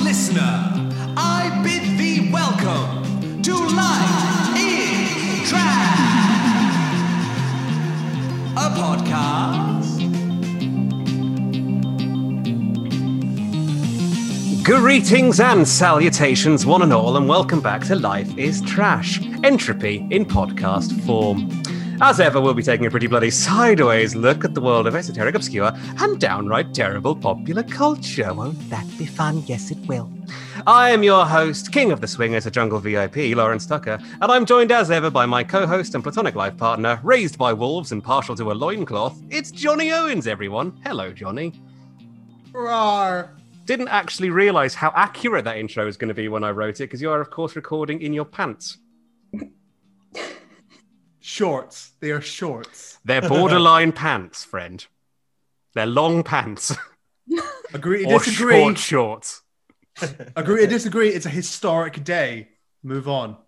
listener, I bid thee welcome to Light in Trance, a podcast. Greetings and salutations, one and all, and welcome back to Life is Trash, entropy in podcast form. As ever, we'll be taking a pretty bloody sideways look at the world of esoteric, obscure, and downright terrible popular culture. Won't that be fun? Yes, it will. I am your host, King of the Swingers, a jungle VIP, Lawrence Tucker, and I'm joined as ever by my co host and platonic life partner, raised by wolves and partial to a loincloth. It's Johnny Owens, everyone. Hello, Johnny Rawr. didn't actually realize how accurate that intro was going to be when I wrote it because you are, of course, recording in your pants. Shorts. They are shorts. They're borderline pants, friend. They're long pants Agree to or disagree. short shorts. Agree to disagree. It's a historic day. Move on.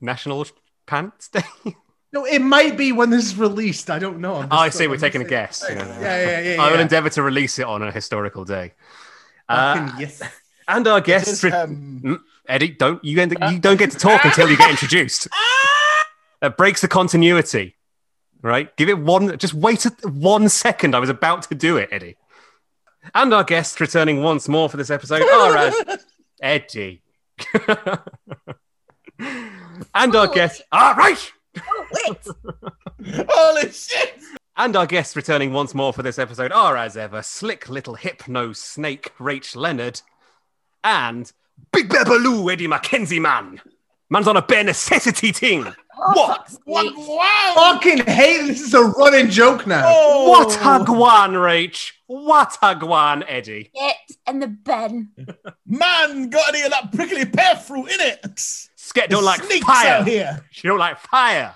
National Pants Day. No, it might be when this is released. I don't know. I'm Oh, I just- see. We're I'm taking a just- guess. Yeah, Yeah. yeah, yeah. yeah, I will yeah. endeavour to release it on a historical day. Uh, Fucking yes. and our guest, Just, re- um, Eddie, don't you end, you don't get to talk until you get introduced. Ah! That breaks the continuity, right? Give it one. Just wait a, one second. I was about to do it, Eddie. And our guests returning once more for this episode are as Eddie. and our Oh, guests, all right. Oh, wait. Holy shit! And our guests returning once more for this episode are, as ever, slick little hypno snake Rach Leonard and Big Babaloo Eddie Mackenzie man. Man's on a bare necessity ting. Oh, What? What? Wow! Fucking hate. This is a running joke now. Oh. What a guan, Rach. What a guan, Eddie. It and the Ben. man got any of that prickly pear fruit in it? Sket don't like Sneaks fire. out here. She don't like fire.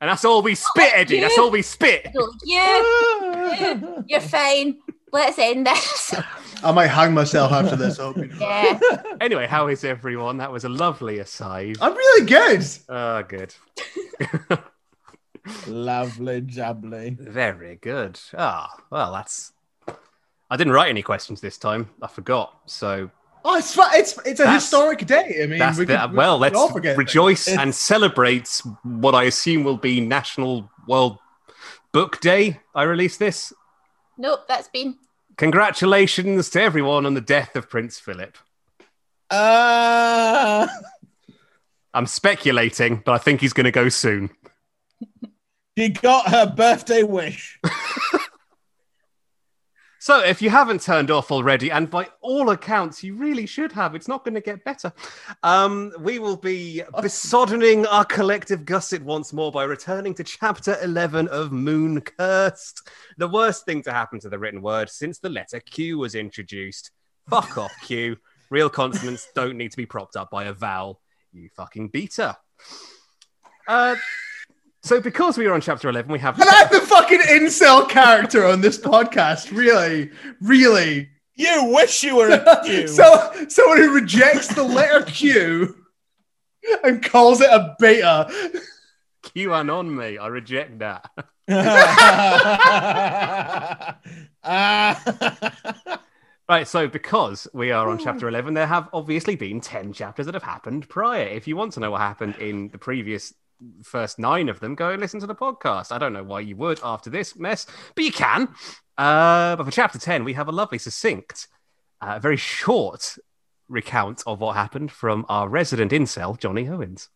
And that's all we spit, Eddie. That's all we spit. You're, you, you're fine. Let's end this. I might hang myself after this. I hope you know. Yeah. Anyway, how is everyone? That was a lovely aside. I'm really good. Ah, good. Lovely jubbly. Very good. Ah, well, that's. I didn't write any questions this time. I forgot. So Oh, it's fu- it's it's a That's- historic day. I mean, that's we the, could- we well. could Let's all forget rejoice It's- and celebrate what I assume will be National World Book Day. I release this. Nope, that's been. Congratulations to everyone on the death of Prince Philip. Uh, I'm speculating, but I think he's going to go soon. she got her birthday wish. So, if you haven't turned off already, and by all accounts, you really should have, it's not going to get better. Um, we will be besoddening our collective gusset once more by returning to chapter 11 of Moon Cursed, the worst thing to happen to the written word since the letter Q was introduced. Fuck off, Q. Real consonants don't need to be propped up by a vowel, you fucking beta. Uh, so, because we are on chapter 11, we have. And I'm the fucking incel character on this podcast. Really, really. You wish you were a Q. so someone who rejects the letter Q and calls it a beta. QAnon me. I reject that. Ah. Right, so because we are on chapter 11, there have obviously been 10 chapters that have happened prior. If you want to know what happened in the previous first nine of them, go and listen to the podcast. I don't know why you would after this mess, but you can. Uh, but for chapter 10, we have a lovely, succinct, uh, very short recount of what happened from our resident incel, Johnny Owens.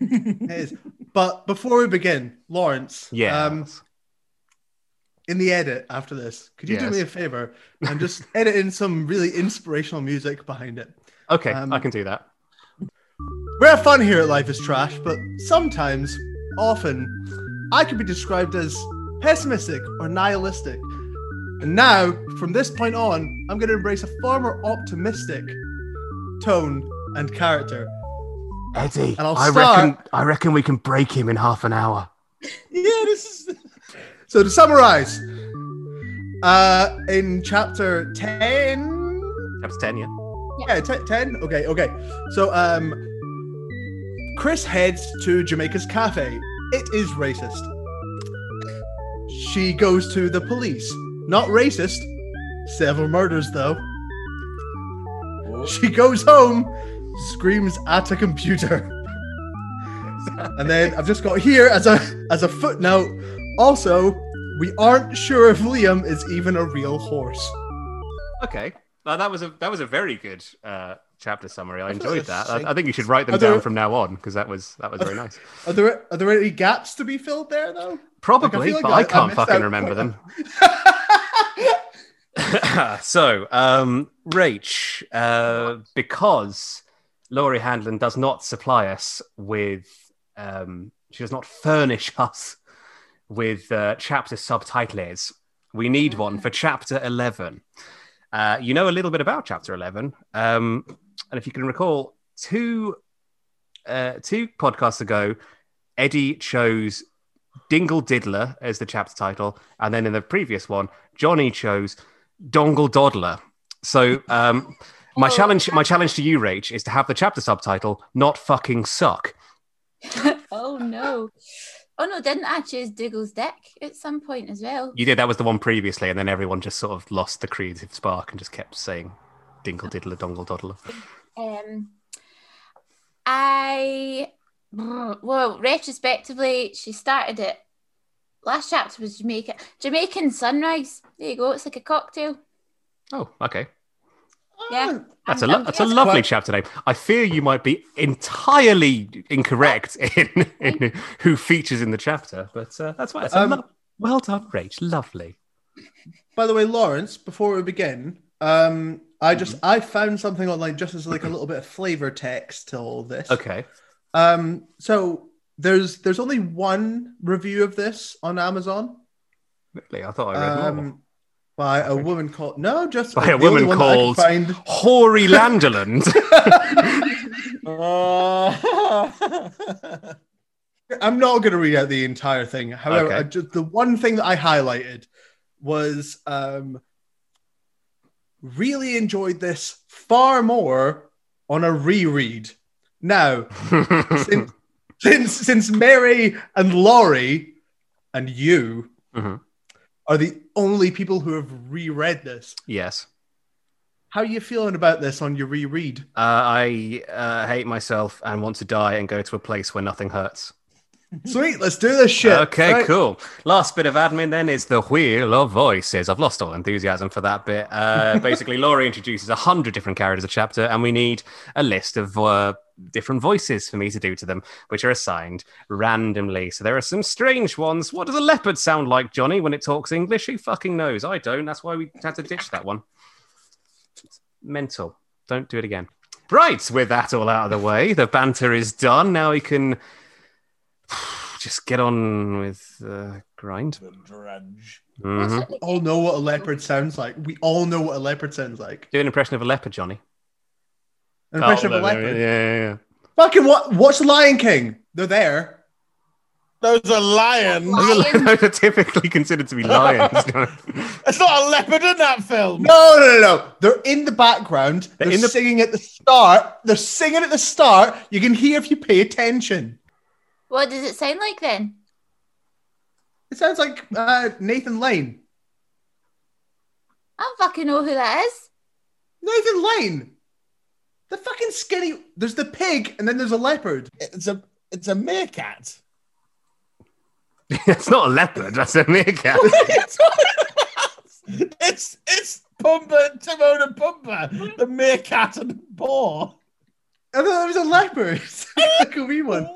It is. But before we begin, Lawrence, um, Yeah. in the edit after this, could you do Yes. me a favor and just edit in some really inspirational music behind it? okay, um, I can do that. We have fun here at Life is Trash, but sometimes, often, I could be described as pessimistic or nihilistic. And now, from this point on, I'm going to embrace a far more optimistic tone and character. Eddie, And I'll I start- reckon, I reckon we can break him in half an hour. yeah, this is. So, to summarize, uh, in chapter 10, Chapter 10, yeah. yeah, te- 10, okay, okay. So, um, Chris heads to Jamaica's cafe. It is racist. She goes to the police. Not racist. Several murders, though. She goes home, screams at a computer. And then I've just got here as a as a footnote. Also, we aren't sure if Liam is even a real horse. Okay. Now, that was a that was a very good uh, chapter summary. I thought enjoyed it was that. sick. I, I think you should write them I don't- down from now on because that was that was very nice. Are there are there any gaps to be filled there though? Probably, like but I- I I can't missed fucking out remember quite them. so, um, Rach, uh, because Laurie Handlin does not supply us with, um, she does not furnish us with uh, chapter subtitles, we need one for chapter 11. Uh, you know a little bit about chapter 11. Um, and if you can recall, two, uh, two podcasts ago, Eddie chose Dingle Diddler as the chapter title. And then in the previous one, Johnny chose Dongle Doddler. So um, my Oh. challenge my challenge to you, Rach, is to have the chapter subtitle not fucking suck. oh no. Oh no, didn't I choose Dougal's deck at some point as well? You did that was the one previously, and then everyone just sort of lost the creative spark and just kept saying Dingle Diddler, Dongle Doddler. Um, I well, retrospectively, she started it. Last chapter was Jamaica, Jamaican sunrise. There you go. It's like a cocktail. Oh, okay. Yeah, That's a I'm- lo- I'm that's a just- lovely um, quite- chapter name. I fear you might be entirely incorrect in, in who features in the chapter, but uh, that's why it's a Um, lo- well done, Rach. Lovely. By the way, Lawrence, before we begin, um, I just Mm-hmm. I found something online just as like a little bit of flavor text to all this. Okay. Um, so there's there's only one review of this on Amazon. Really, I thought I read more. Um, by a woman called no, just By a the only woman one that I could called- Hoary Landerland. Uh, find. I'm not going to read out the entire thing. However, Okay. I just, the one thing that I highlighted was um, really enjoyed this far more on a reread. Now, since, since since Mary and Laurie and you Mhm. are the only people who have reread this, yes. how are you feeling about this on your reread? Uh, I uh, hate myself and want to die and go to a place where nothing hurts. Sweet, let's do this shit. okay, Right. cool. Last bit of admin then is the wheel of voices. I've lost all enthusiasm for that bit. Uh, basically, Laurie introduces a hundred different characters a chapter, and we need a list of uh, different voices for me to do to them, which are assigned randomly. So there are some strange ones. What does a leopard sound like, Johnny, when it talks English? Who fucking knows? I don't. That's why we had to ditch that one. Mental. Don't do it again. Right, with that all out of the way, the banter is done. Now we can just get on with the grind. the drudge. That's Mhm. what they- All know what a leopard sounds like. We all know what a leopard sounds like. Do an impression of a leopard, Johnny. An impression of a Oh, leopard. there Yeah, yeah, Fucking what? Watch The Lion King. They're there. Those are lions. Lion. yeah. Those are typically considered to be lions. It's not a leopard in that film. No, no, no, no. They're in the background. They're They're, in the- singing at the start. They're singing at the start. You can hear if you pay attention. What does it sound like then? It sounds like uh, Nathan Lane. I don't fucking know who that is. Nathan Lane. The fucking skinny. There's the pig, and then there's a leopard. It's a it's a meerkat. That's not a leopard. That's a meerkat. it's it's Pumba, Timon and Pumba, the meerkat and the boar. I thought it was a leopard. like a wee one.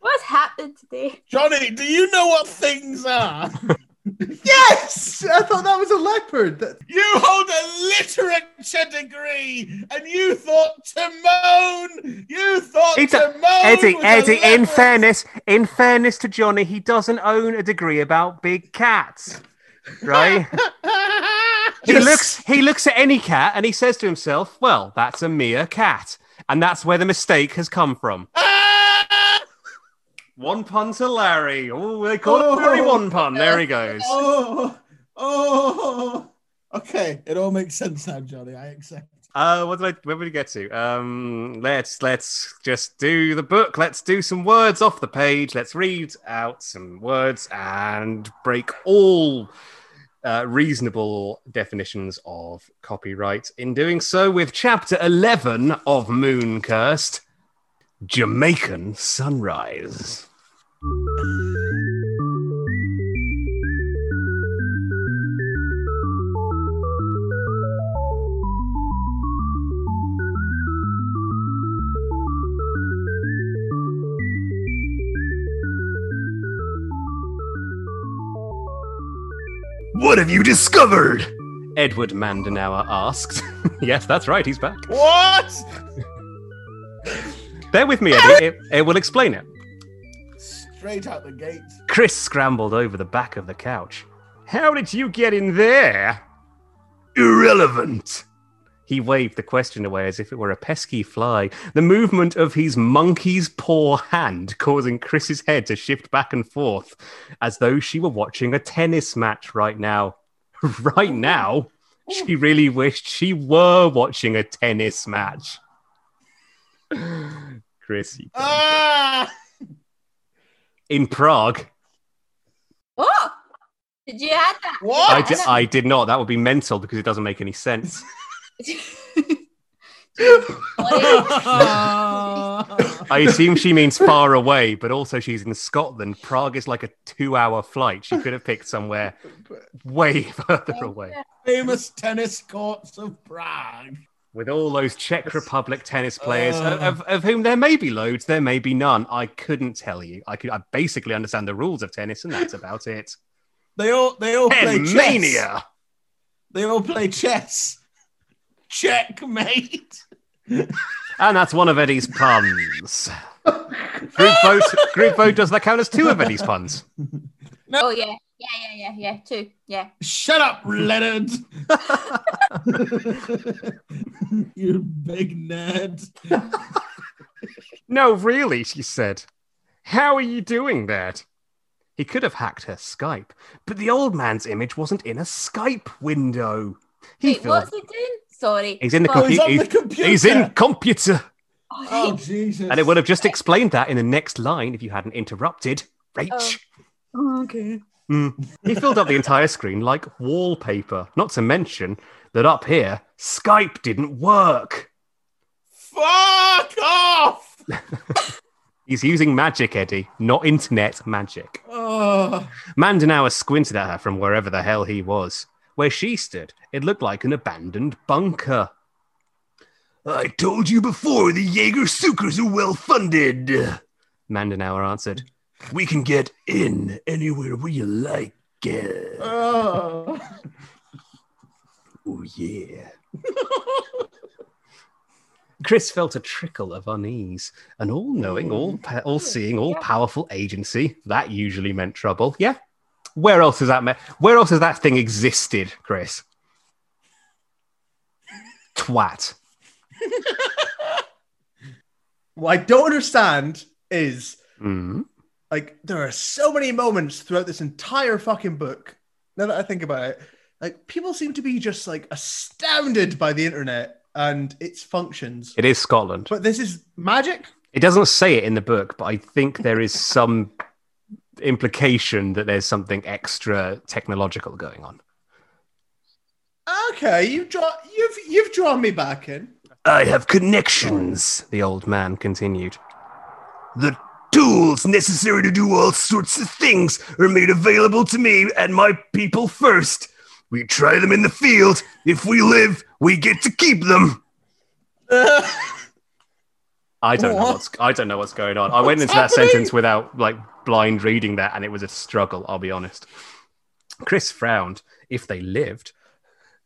What's happened today? Johnny, do you know what things are? Yes, I thought that was a leopard. That- You hold a literature degree, and you thought Timon. You thought It's a- Timon. Eddie, was a Eddie. In leopard. fairness, in fairness to Johnny, he doesn't own a degree about big cats, right? he Just- looks. He looks at any cat and he says to himself, "Well, that's a mere cat," and that's where the mistake has come from. Ah! One pun to Larry. Oh, they call it very one pun. There he goes. Oh, oh. Okay, it all makes sense now, Johnny. I accept. Uh, what did I? Where did we get to? Um, let's let's just do the book. Let's do some words off the page. Let's read out some words and break all uh, reasonable definitions of copyright. In doing so, with chapter 11 of Moon Cursed Jamaican Sunrise. What have you discovered? Edward Mandenauer asked. yes, that's right, he's back. What? Bear with me, Eddie. It, it will explain it. Straight out the gate. Chris scrambled over the back of the couch. How did you get in there? Irrelevant. He waved the question away as if it were a pesky fly, the movement of his monkey's paw hand causing Chris's head to shift back and forth as though she were watching a tennis match right now. right now? She really wished she were watching a tennis match. Chris, you- Ah! in Prague, Oh, did you add that? What? I, di- I did not. That would be mental because it doesn't make any sense. I assume she means far away, but also she's in Scotland. Prague is like a two hour flight. She could have picked somewhere way further away. Famous tennis courts of Prague. With all those Czech Republic tennis players, Uh. of, of whom there may be loads, there may be none. I couldn't tell you. I could. I basically understand the rules of tennis, and that's about it. They all they all play Pen chess. mania. They all play chess. Checkmate. And that's one of Eddie's puns. group vote. Group vote. Does that count as two of Eddie's puns? Oh, yeah. Yeah, yeah, yeah, yeah. Two. Yeah. Shut up, Leonard. you big nerd. No, really, she said. How are you doing that? He could have hacked her Skype, but the old man's image wasn't in a Skype window. He Wait, filled- what's he doing? Sorry. He's in the Oh, What- he's on the He's- computer. He's in computer. Oh Jesus. And it would have just explained that in the next line if you hadn't interrupted. Rach. Oh. okay. Mm. He filled up the entire screen like wallpaper, not to mention that up here, Skype didn't work. Fuck off. He's using magic, Eddie, not internet magic. Oh. Mandanauer squinted at her from wherever the hell he was. Where she stood, it looked like an abandoned bunker. I told you before the Jaeger Sukers are well funded, Mandanauer answered. We can get in anywhere we like. Uh, Oh. oh, yeah. Chris felt a trickle of unease. An all knowing, all all seeing, all powerful agency, that usually meant trouble. Yeah. Where else has that met? Where else has that thing existed, Chris? Twat. What I don't understand is Mm. like there are so many moments throughout this entire fucking book. Now that I think about it, like people seem to be just like astounded by the internet and its functions. It is Scotland. But this is magic. It doesn't say it in the book, but I think there is some implication that there's something extra technological going on. Okay, you draw you've you've drawn me back in. I have connections, the old man continued. The tools necessary to do all sorts of things are made available to me and my people first. We try them in the field. If we live, we get to keep them. I don't know What? what's I don't know what's going on. I went into that happening? sentence without like blind reading that and it was a struggle, I'll be honest. Chris frowned. If they lived.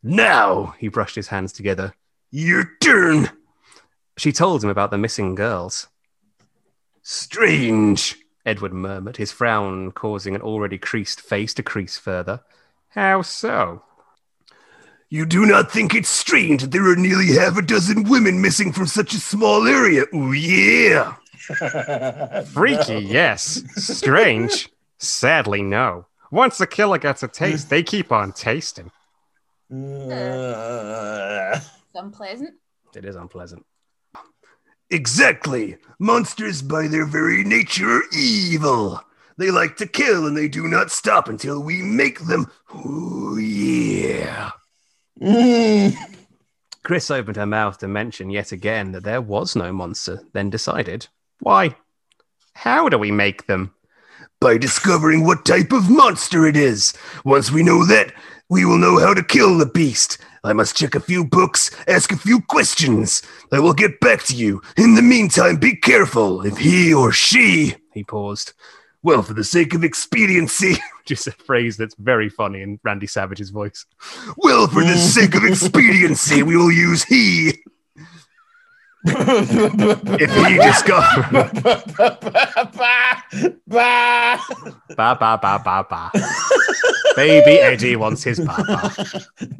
Now, he brushed his hands together. Your turn. She told him about the missing girls. Strange, Edward murmured, his frown causing an already creased face to crease further. How so? You do not think it's strange that there are nearly half a dozen women missing from such a small area? Ooh, yeah. Freaky, yes. Strange. Sadly, no. Once a killer gets a taste, they keep on tasting. Uh, It's unpleasant. It is unpleasant. Exactly. Monsters, by their very nature, are evil. They like to kill and they do not stop until we make them. Ooh, yeah. Mm. Chris opened her mouth to mention yet again that there was no monster, then decided, Why? How do we make them? By discovering what type of monster it is. Once we know that, we will know how to kill the beast. I must check a few books, ask a few questions. I will get back to you. In the meantime, be careful if he or she. He paused. Well, for the sake of expediency. Just a phrase that's very funny in Randy Savage's voice. Well, for the sake of expediency, we will use he. If he discovers. Ba-ba-ba-ba-ba. Ba ba ba ba ba. Baby Eddie wants his ba ba.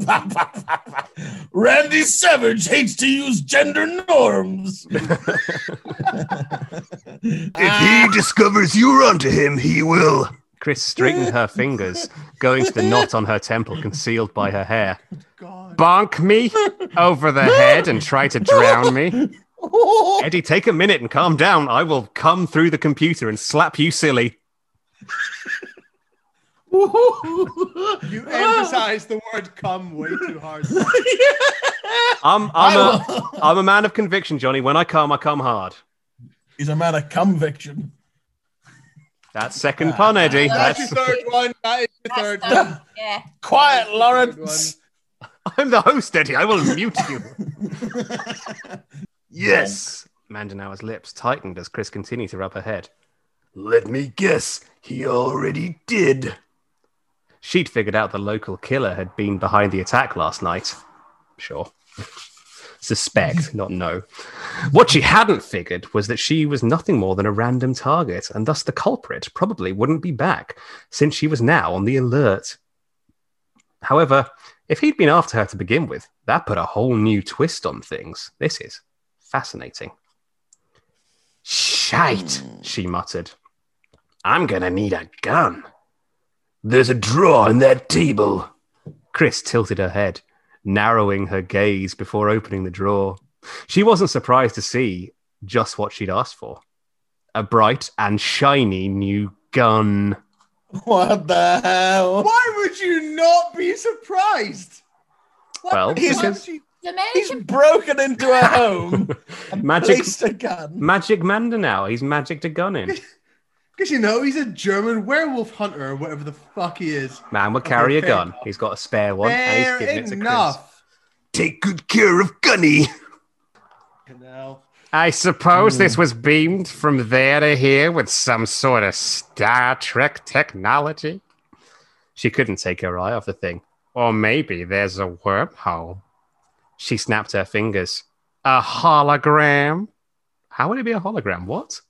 Ba-ba-ba-ba. Randy Savage hates to use gender norms. If he discovers you're onto him, he will. Chris straightened her fingers, going to the knot on her temple concealed by her hair. God. Bonk me over the head and try to drown me. Eddie, take a minute and calm down. I will come through the computer and slap you silly. You emphasize the word "come" way too hard. I'm, I'm, a, I'm a man of conviction, Johnny. When I come, I come hard. He's a man of conviction. That's second pun, Eddie. That's That's, your third one. That is your third That's one. done. Yeah. Quiet, Lawrence. I'm the host, Eddie. I will mute you. Yes. Mandanau's lips tightened as Chris continued to rub her head. Let me guess. He already did. She'd figured out the local killer had been behind the attack last night. Sure. Suspect, not know. What she hadn't figured was that she was nothing more than a random target, and thus the culprit probably wouldn't be back, since she was now on the alert. However, if he'd been after her to begin with, that put a whole new twist on things. This is fascinating. Shite, she muttered. I'm gonna need a gun. There's a drawer in that table. Chris tilted her head, narrowing her gaze before opening the drawer. She wasn't surprised to see just what she'd asked for a bright and shiny new gun. What the hell? Why would you not be surprised? Why Well, would you- why because- would you- The He's American broken into a home and Magic- placed a gun. Magic Mandanao, he's magic to gun in. because you know he's a German werewolf hunter or whatever the fuck he is. Man would carry a fair gun. enough. He's got a spare one Fair and he's giving it to Chris. enough. Take good care of Gunny. Canal. I suppose Hmm. this was beamed from there to here with some sort of Star Trek technology. She couldn't take her eye off the thing. Or maybe there's a wormhole. She snapped her fingers. A hologram? How would it be a hologram? What?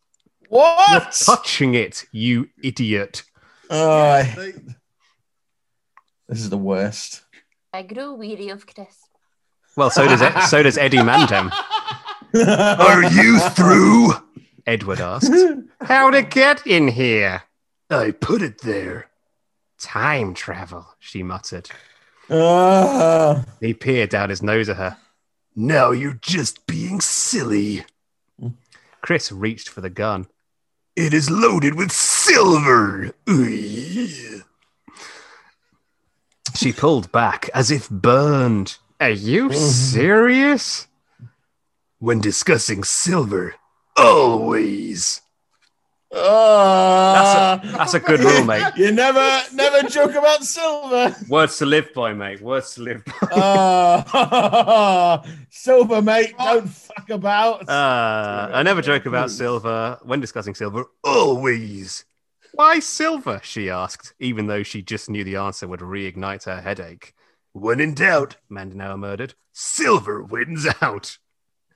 What? Touching it, you idiot. Oh, I- Like, this is the worst. I grew weary of Chris. Well, so does Ed, so does Eddie Mandem. Ah. Are you through? Edward asked. How'd it get in here? I put it there. Time travel, she muttered. Ah. He peered down his nose at her. Now you're just being silly. Chris reached for the gun. It is loaded with silver. Ooh, yeah. She pulled back as if burned. Are you serious? When discussing silver, always. Ah. That's a good rule, mate. you never, never joke about silver. Words to live by, mate. Words to live by. Ah. silver, mate. Don't fuck about. Uh, I never joke about silver when discussing silver. Always. Why silver? She asked, even though she just knew the answer would reignite her headache. When in doubt, Mandanoa murdered. silver wins out.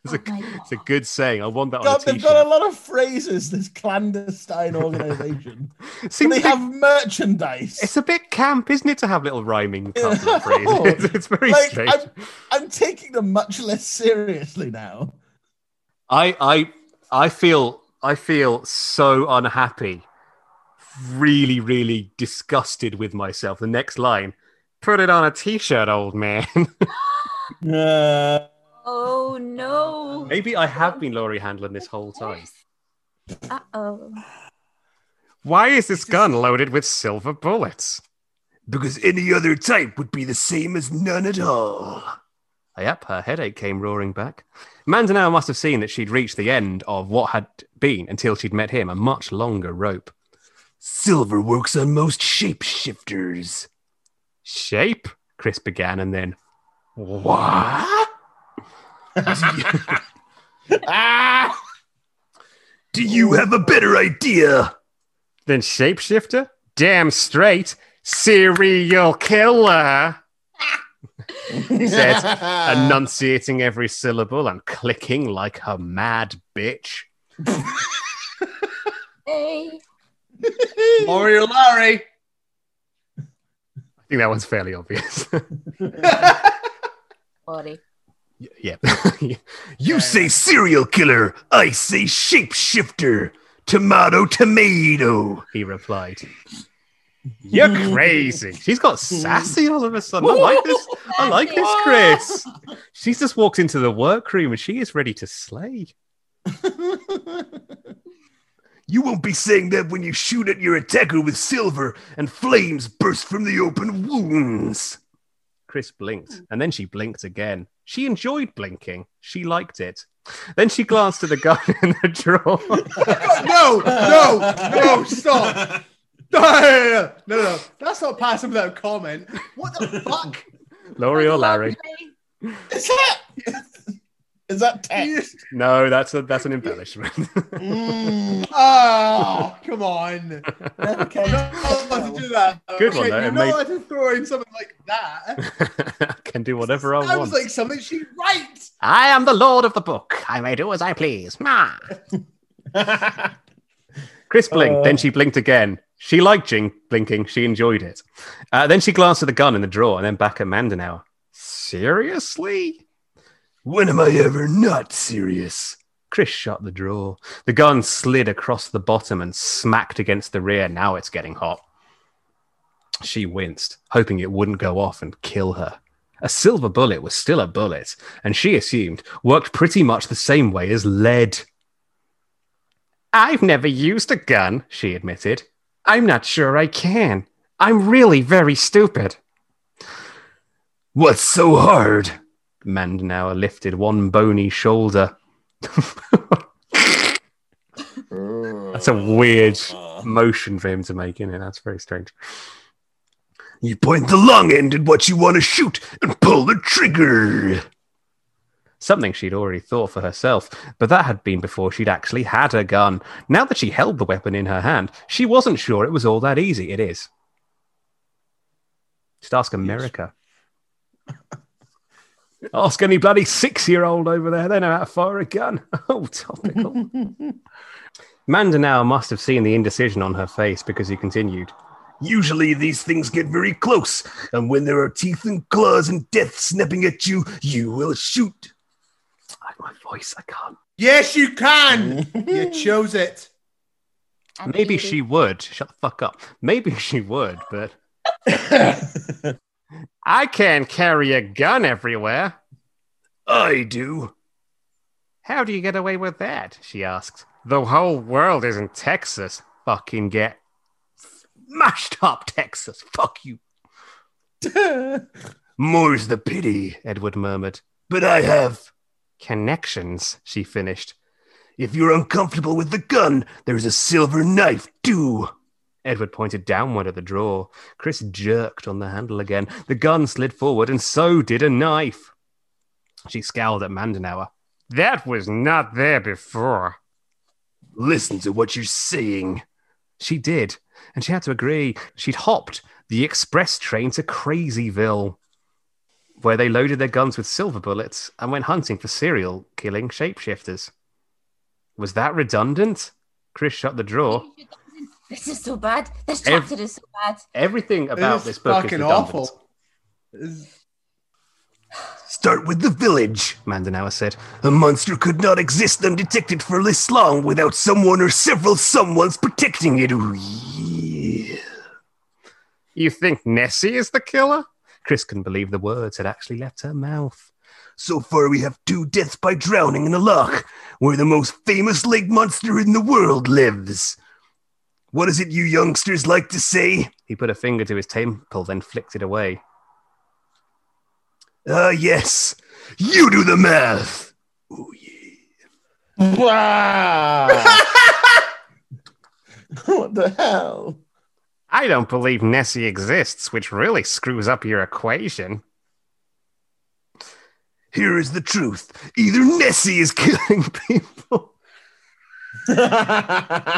It's Oh a, my it's a good saying. I want that on God, a they've got t-shirt. a lot of phrases. This clandestine organization. Seems they a bit- have merchandise. it's a bit camp, isn't it, to have little rhyming couple No. of phrases? It's very Oh. Like, strange. I'm- I'm taking them much less seriously now. I I I feel I feel so unhappy. Really, really disgusted with myself. The next line. Put it on a t-shirt, old man. Uh, Oh no. Maybe I have been Laurie Handlin this whole time. Uh oh. Why is this gun loaded with silver bullets? because any other type would be the same as none at all. Yep, her headache came roaring back. Mandanao must have seen that she'd reached the end of what had been, until she'd met him, a much longer rope. Silver works on most shapeshifters. Shape? Chris began, and then, What? Ah! Do you have a better idea? Then shapeshifter? Damn straight. Serial killer. he said, enunciating every syllable and clicking like a mad bitch. Hey. Mario Larry. I think that one's fairly obvious. Sorry. Y- yeah. You say serial killer, I say shapeshifter. Tomato, tomato. he replied. You're crazy. She's got sassy all of a sudden. I like this. I like this, Chris. She's just walked into the workroom and she is ready to slay. You won't be saying that when you shoot at your attacker with silver and flames burst from the open wounds. Chris Hmm. blinked, and then she blinked again. She enjoyed blinking. She liked it. Then she glanced at the gun in the drawer. No, no, no, stop. No, no, no, no, no, no. That's not passing without comment. What the fuck? Laurie or Larry? Is that is that text? You- No, that's a, that's an embellishment. Mm. Oh, come on. Never came. I'm not allowed to do that. Good one, though. It You're made- not allowed to throw in something like that. I can do whatever I That want. was like something she writes. I am the lord of the book. I may do as I please. Ma. Chris blinked, then she blinked again. She liked jing- blinking. She enjoyed it. Uh, then she glanced at the gun in the drawer and then back at Mandanao. Seriously? When am I ever not serious? Chris shut the drawer. The gun slid across the bottom and smacked against the rear. Now it's getting hot. She winced, hoping it wouldn't go off and kill her. A silver bullet was still a bullet, and she assumed worked pretty much the same way as lead. I've never used a gun, she admitted. I'm not sure I can. I'm really very stupid. What's so hard? Mandanauer lifted one bony shoulder. That's a weird motion for him to make, isn't it? That's very strange. You point the long end at what you want to shoot and pull the trigger. Something she'd already thought for herself, but that had been before she'd actually had a gun. Now that she held the weapon in her hand, she wasn't sure it was all that easy. It is. Just ask America. ask any bloody six year old over there. They know how to fire a gun. Oh, topical. Mandanao must have seen the indecision on her face because he continued. Usually these things get very close, and when there are teeth and claws and death snapping at you, you will shoot. I, my voice, I can't. Yes, you can. you chose it. And Maybe Edie. she would. Shut the fuck up. Maybe she would, but I can't carry a gun everywhere. I do. How do you get away with that? She asked. The whole world is in Texas. Fucking get smashed up, Texas. Fuck you. More's the pity. Edward murmured. But I have. Connections, she finished. If you're uncomfortable with the gun, there's a silver knife, too. Edward pointed downward at the drawer. Chris jerked on the handle again. The gun slid forward, and so did a knife. She scowled at Mandanauer. That was not there before. Listen to what you're saying. She did, and she had to agree. She'd hopped the express train to Crazyville, where they loaded their guns with silver bullets and went hunting for serial killing shapeshifters. Was that redundant? Chris shut the drawer. This is so bad. This Ev- chapter is so bad. Everything about It's this book is fucking redundant. awful. It's- Start with the village. Mandanauer said. A monster could not exist undetected for this long without someone or several someones protecting it. Ooh, yeah. You think Nessie is the killer? Chris couldn't believe the words had actually left her mouth. So far, we have two deaths by drowning in a loch, where the most famous lake monster in the world lives. What is it you youngsters like to say? He put a finger to his temple, then flicked it away. Ah, yes. You do the math. Ooh, yeah. Wow. what the hell? I don't believe Nessie exists, which really screws up your equation. Here is the truth. Either Nessie is killing people. Gravity,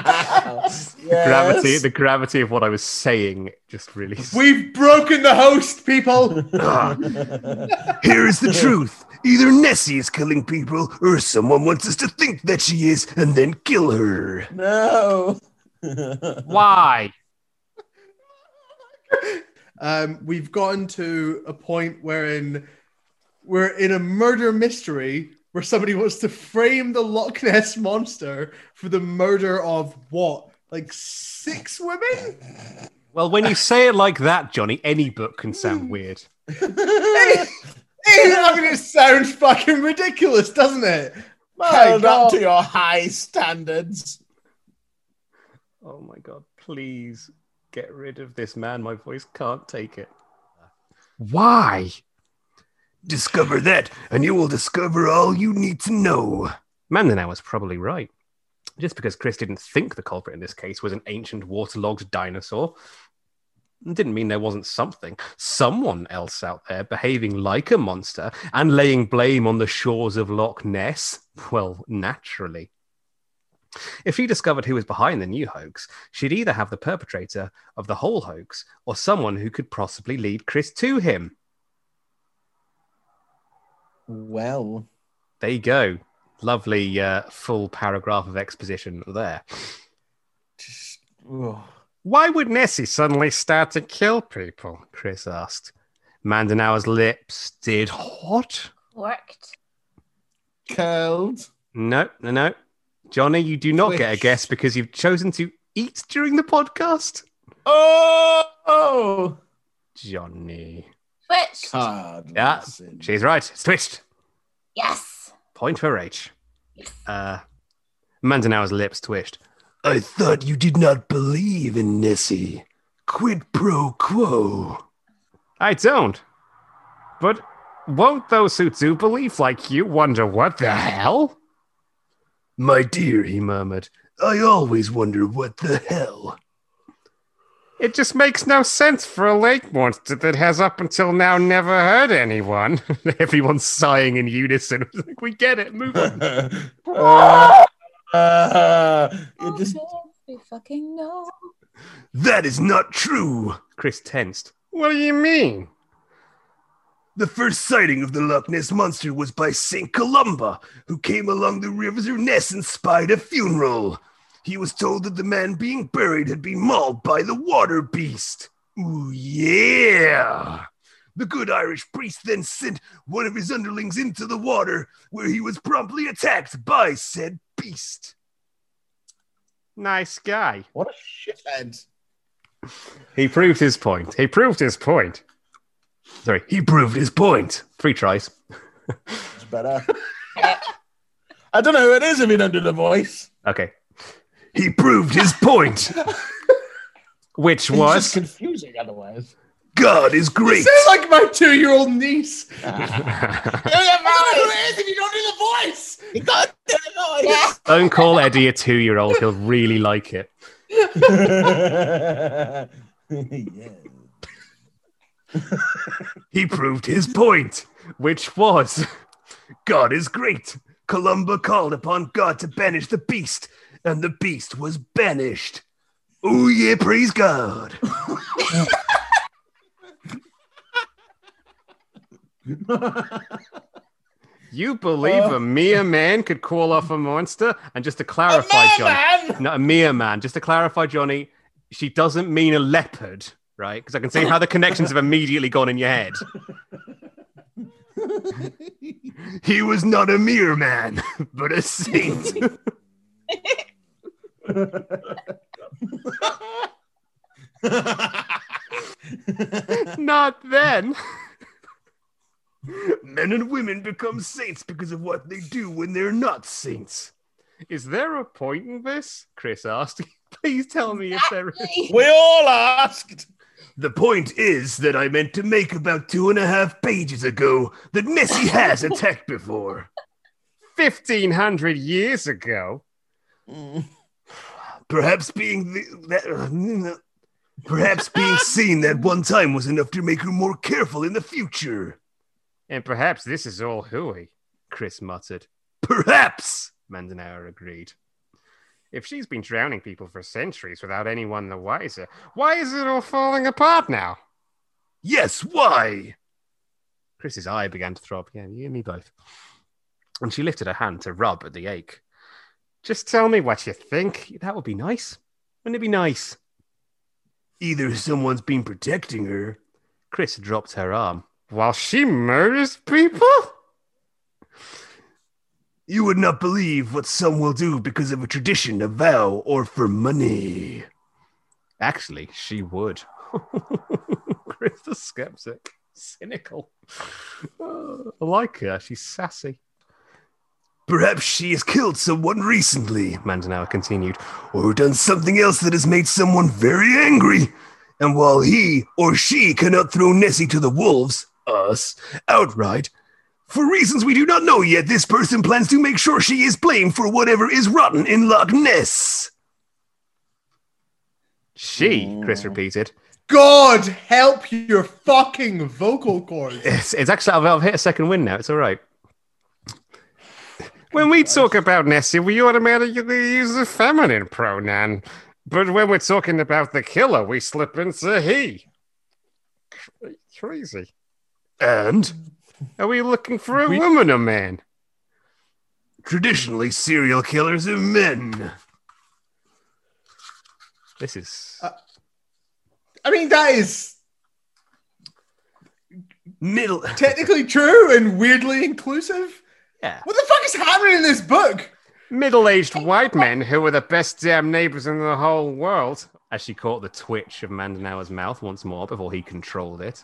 Yes. the gravity of what I was saying just really. We've broken the host, people. Ah, here is the truth. Either Nessie is killing people, or someone wants us to think that she is and then kill her. No. Why? um, we've gotten to a point wherein we're in a murder mystery where somebody wants to frame the Loch Ness monster for the murder of what, like six women? Well, when you say it like that, Johnny, any book can sound weird. Hey, hey, I mean, it sounds fucking ridiculous, doesn't it? My Held God. up to your high standards. Oh my god, please get rid of this man. My voice can't take it. Why? Discover that, and you will discover all you need to know. Mandanao was probably right. Just because Chris didn't think the culprit in this case was an ancient waterlogged dinosaur, didn't mean there wasn't something, someone else out there behaving like a monster and laying blame on the shores of Loch Ness. Well, naturally. If she discovered who was behind the new hoax, she'd either have the perpetrator of the whole hoax or someone who could possibly lead Chris to him. Well. There you go. Lovely uh, full paragraph of exposition there. just- oh. Why would Nessie suddenly start to kill people? Chris asked. Mandanow's lips did what? Worked. Curled. No, no, no. Johnny, you do not get a Twitched. guess because you've chosen to eat during the podcast. Oh. oh. Johnny. Twitched. Card. Yeah, message. She's right. It's twitched. Yes. Point for H. Uh, Mandanow's lips twitched. I thought you did not believe in Nessie. Quid pro quo. I don't. But won't those who do believe like you wonder what the hell? My dear, He he, murmured. I always wonder what the hell. It just makes no sense for a lake monster that has up until now never hurt anyone. Everyone's sighing in unison. It's like, we get it, move on. Uh, uh, it just Oh, we fucking know. That is not true. Chris tensed. What do you mean? The first sighting of the Loch Ness monster was by St. Columba, who came along the River Ness and spied a funeral. He was told that the man being buried had been mauled by the water beast. Ooh, yeah! The good Irish priest then sent one of his underlings into the water, where he was promptly attacked by said beast. Nice guy. what a shithead. He proved his point. He proved his point. Sorry, He proved his point. three tries. It's better. I don't know who it is if you don't do the voice. Okay. He proved his point. Which It's just was. confusing otherwise. God is great. Sounds like my two-year-old niece. if you don't do the voice. You can't do the voice. Yeah. Don't call Eddie a two year old. He'll really like it. yeah. He proved his point. Which was. God is great. Columba called upon God to banish the beast, and the beast was banished. Oh, yeah, praise God. You believe Oh. a mere man could call off a monster? And just to clarify, Come John. on. not a mere man. Just to clarify, Johnny, she doesn't mean a leopard, right? Because I can see how the connections have immediately gone in your head. He was not a mere man, but a saint. not then. Men and women become saints because of what they do when they're not saints. Is there a point in this? Chris asked. Please tell me if there is. We all asked. The point is that I meant to make about two and a half pages ago that Messi has attacked before. 1500 years ago. Mm. Perhaps being the, that, uh, perhaps being seen that one time was enough to make her more careful in the future. And perhaps this is all hooey, Chris muttered. Perhaps. Mandanao agreed. If she's been drowning people for centuries without anyone the wiser, why is it all falling apart now? Yes. Why? Chris's eye began to throb. Yeah, you and me both. And she lifted her hand to rub at the ache. Just tell me what you think. That would be nice. Wouldn't it be nice? Either someone's been protecting her. Chris dropped her arm. While she murders people? You would not believe what some will do because of a tradition, a vow, or for money. Actually, she would. Chris the skeptic. Cynical. Oh, I like her. She's sassy. Perhaps she has killed someone recently, Mandanawa continued. or done something else that has made someone very angry. And while he or she cannot throw Nessie to the wolves, us, outright, for reasons we do not know yet, this person plans to make sure she is blamed for whatever is rotten in Loch Ness. She, Chris repeated. God help your fucking vocal cords. It's, it's actually, I've, I've hit a second win now. It's all right. When we talk about Nessie, we automatically use the feminine pronoun. But when we're talking about the killer, we slip into he. Cra- Crazy. And Are we looking for a woman or man? traditionally, serial killers are men. This is. I mean, that is Middle. technically true and weirdly inclusive. Yeah. What the fuck is happening in this book? Middle aged white men who are the best damn neighbors in the whole world. As she caught the twitch of Mandanawa's mouth once more before he controlled it.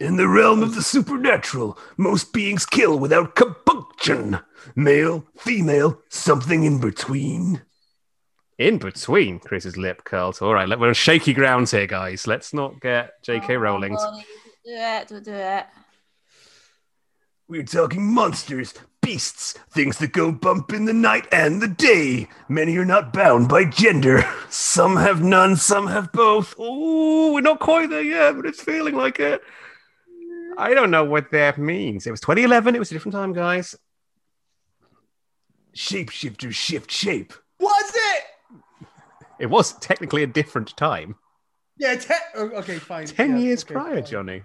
In the realm of the supernatural, most beings kill without compunction. Male, female, something in between. In between, Chris's lip curled. All right, let, we're on shaky ground here, guys. Let's not get J.K. Rowling's. Don't Oh, do it. Don't do it. We're talking monsters, beasts, things that go bump in the night and the day. Many are not bound by gender. Some have none, some have both. Ooh, we're not quite there yet, but it's feeling like it. I don't know what that means. It was 2011. It was a different time, guys. Shapeshifters shift shape. What is it? It was technically a different time. Yeah, te- oh, okay, fine. 10 Yeah, years okay, prior, fine. Johnny.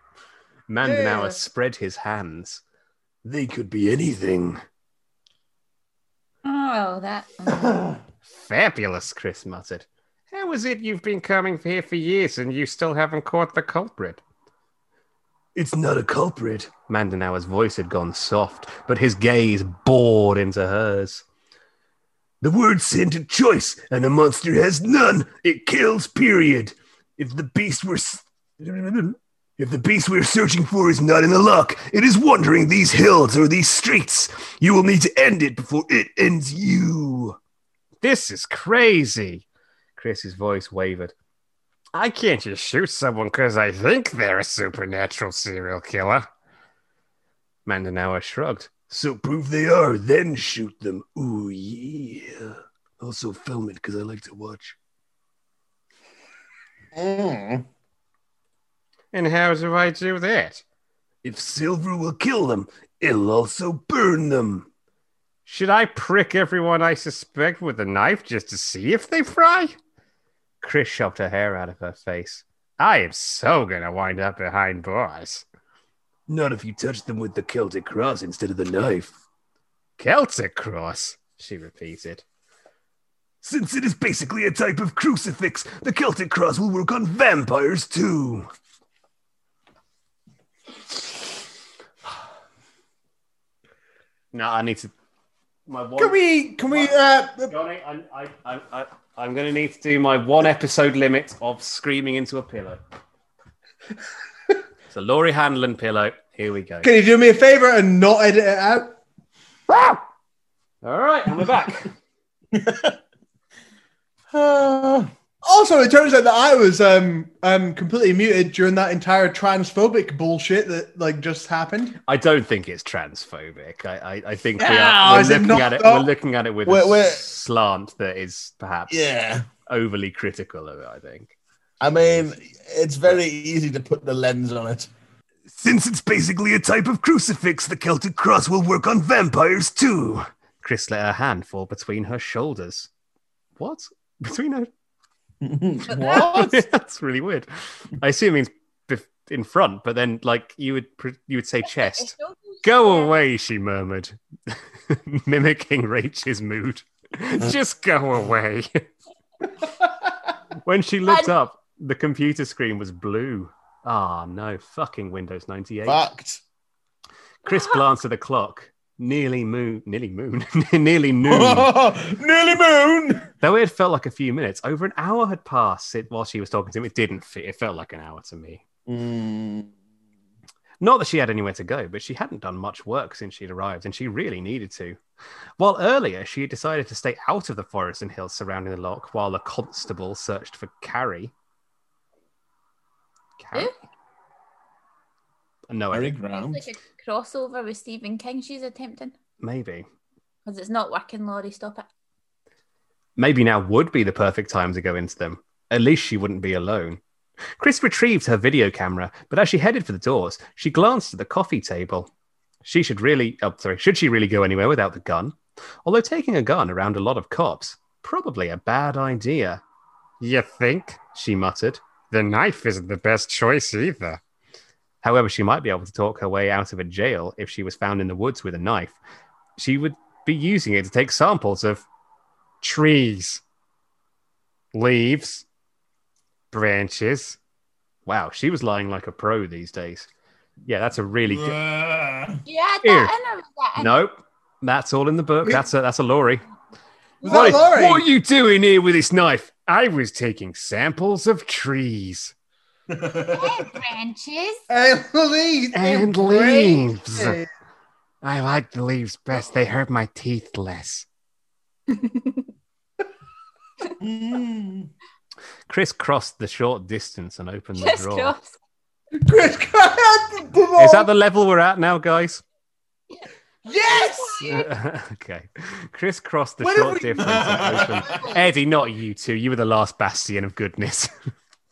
Mandanawa Yeah. spread his hands. They could be anything. Oh, that. Fabulous, Chris muttered. How is it you've been coming here for years and you still haven't caught the culprit? It's not a culprit. Mandanawa's voice had gone soft, but his gaze bored into hers. The word sent choice, and a monster has none. It kills, period. If the beast we're s- if the beast we're searching for is not in the lock, it is wandering these hills or these streets. You will need to end it before it ends you. This is crazy. Chris's voice wavered. I can't just shoot someone because I think they're a supernatural serial killer. Mandanawa shrugged. So prove they are, then shoot them. Ooh yeah. Also film it because I like to watch. Mm. And how do I do that? If silver will kill them, it'll also burn them. Should I prick everyone I suspect with a knife just to see if they fry? Chris shoved her hair out of her face. I am so gonna wind up behind bars. Not if you touch them with the Celtic cross instead of the knife. Celtic cross, she repeated. Since it is basically a type of crucifix, the Celtic cross will work on vampires too. No, I need to. My one... Can we? Can we? Uh, Johnny, I, I, I, I, I'm going to need to do my one episode limit of screaming into a pillow. so, Laurie Hanlon pillow. Here we go. can you do me a favor and not edit it out? All right, and we're back. Uh, also, it turns out that I was um um completely muted during that entire transphobic bullshit that like just happened. I don't think it's transphobic. I, I, I think we No, are, we're is it looking not, at it. though? We're looking at it with We're- a we're- slant that is perhaps Yeah. overly critical of it. I think. I mean, it's very easy to put the lens on it. Since it's basically a type of crucifix, the Celtic cross will work on vampires too. Chris let her hand fall between her shoulders. What? Between her? what? That's really weird. I assume it means bef- in front, but then like you would pr- you would say chest. Go away, she murmured, mimicking Rachel's mood. Just go away. when she looked up, the computer screen was blue. Ah, no, fucking Windows 98. Fucked. Chris glanced at the clock. Nearly moon, nearly moon, nearly noon. Nearly moon. Though it had felt like a few minutes, over an hour had passed it, while she was talking to him. It didn't fit. It felt like an hour to me. Mm. Not that she had anywhere to go, but she hadn't done much work since she'd arrived, and she really needed to. While earlier, she had decided to stay out of the forest and hills surrounding the lock while a constable searched for Carrie. Carrie? No, I, Very ground. It's like a crossover with Stephen King she's attempting. maybe. Because it's not working, Laurie, stop it. Maybe now would be the perfect time to go into them. At least she wouldn't be alone. Chris retrieved her video camera, but as she headed for the doors, she glanced at the coffee table. She should really, oh, sorry, should she really go anywhere without the gun? Although taking a gun around a lot of cops, probably a bad idea. You think? She muttered. The knife isn't the best choice either. However, she might be able to talk her way out of a jail if she was found in the woods with a knife. She would be using it to take samples of trees, leaves, branches. Wow, she was lying like a pro these days. Yeah, that's a really good. Uh, Ugh. You had Ew. that in or was that in? Nope, that's all in the book. That's a that's a lorry. Was that Laurie? What are you doing here with this knife? I was taking samples of trees Hey, branches. Hey, Louise, and you leaves. crazy. I like the leaves best. They hurt my teeth less. Mm. Chris crossed the short distance and opened the Just drawer. cross. Chris, Is that the level we're at now, guys? yes? okay. Chris crossed the When short have we- difference. and opened- Eddie, not you two. You were the last bastion of goodness.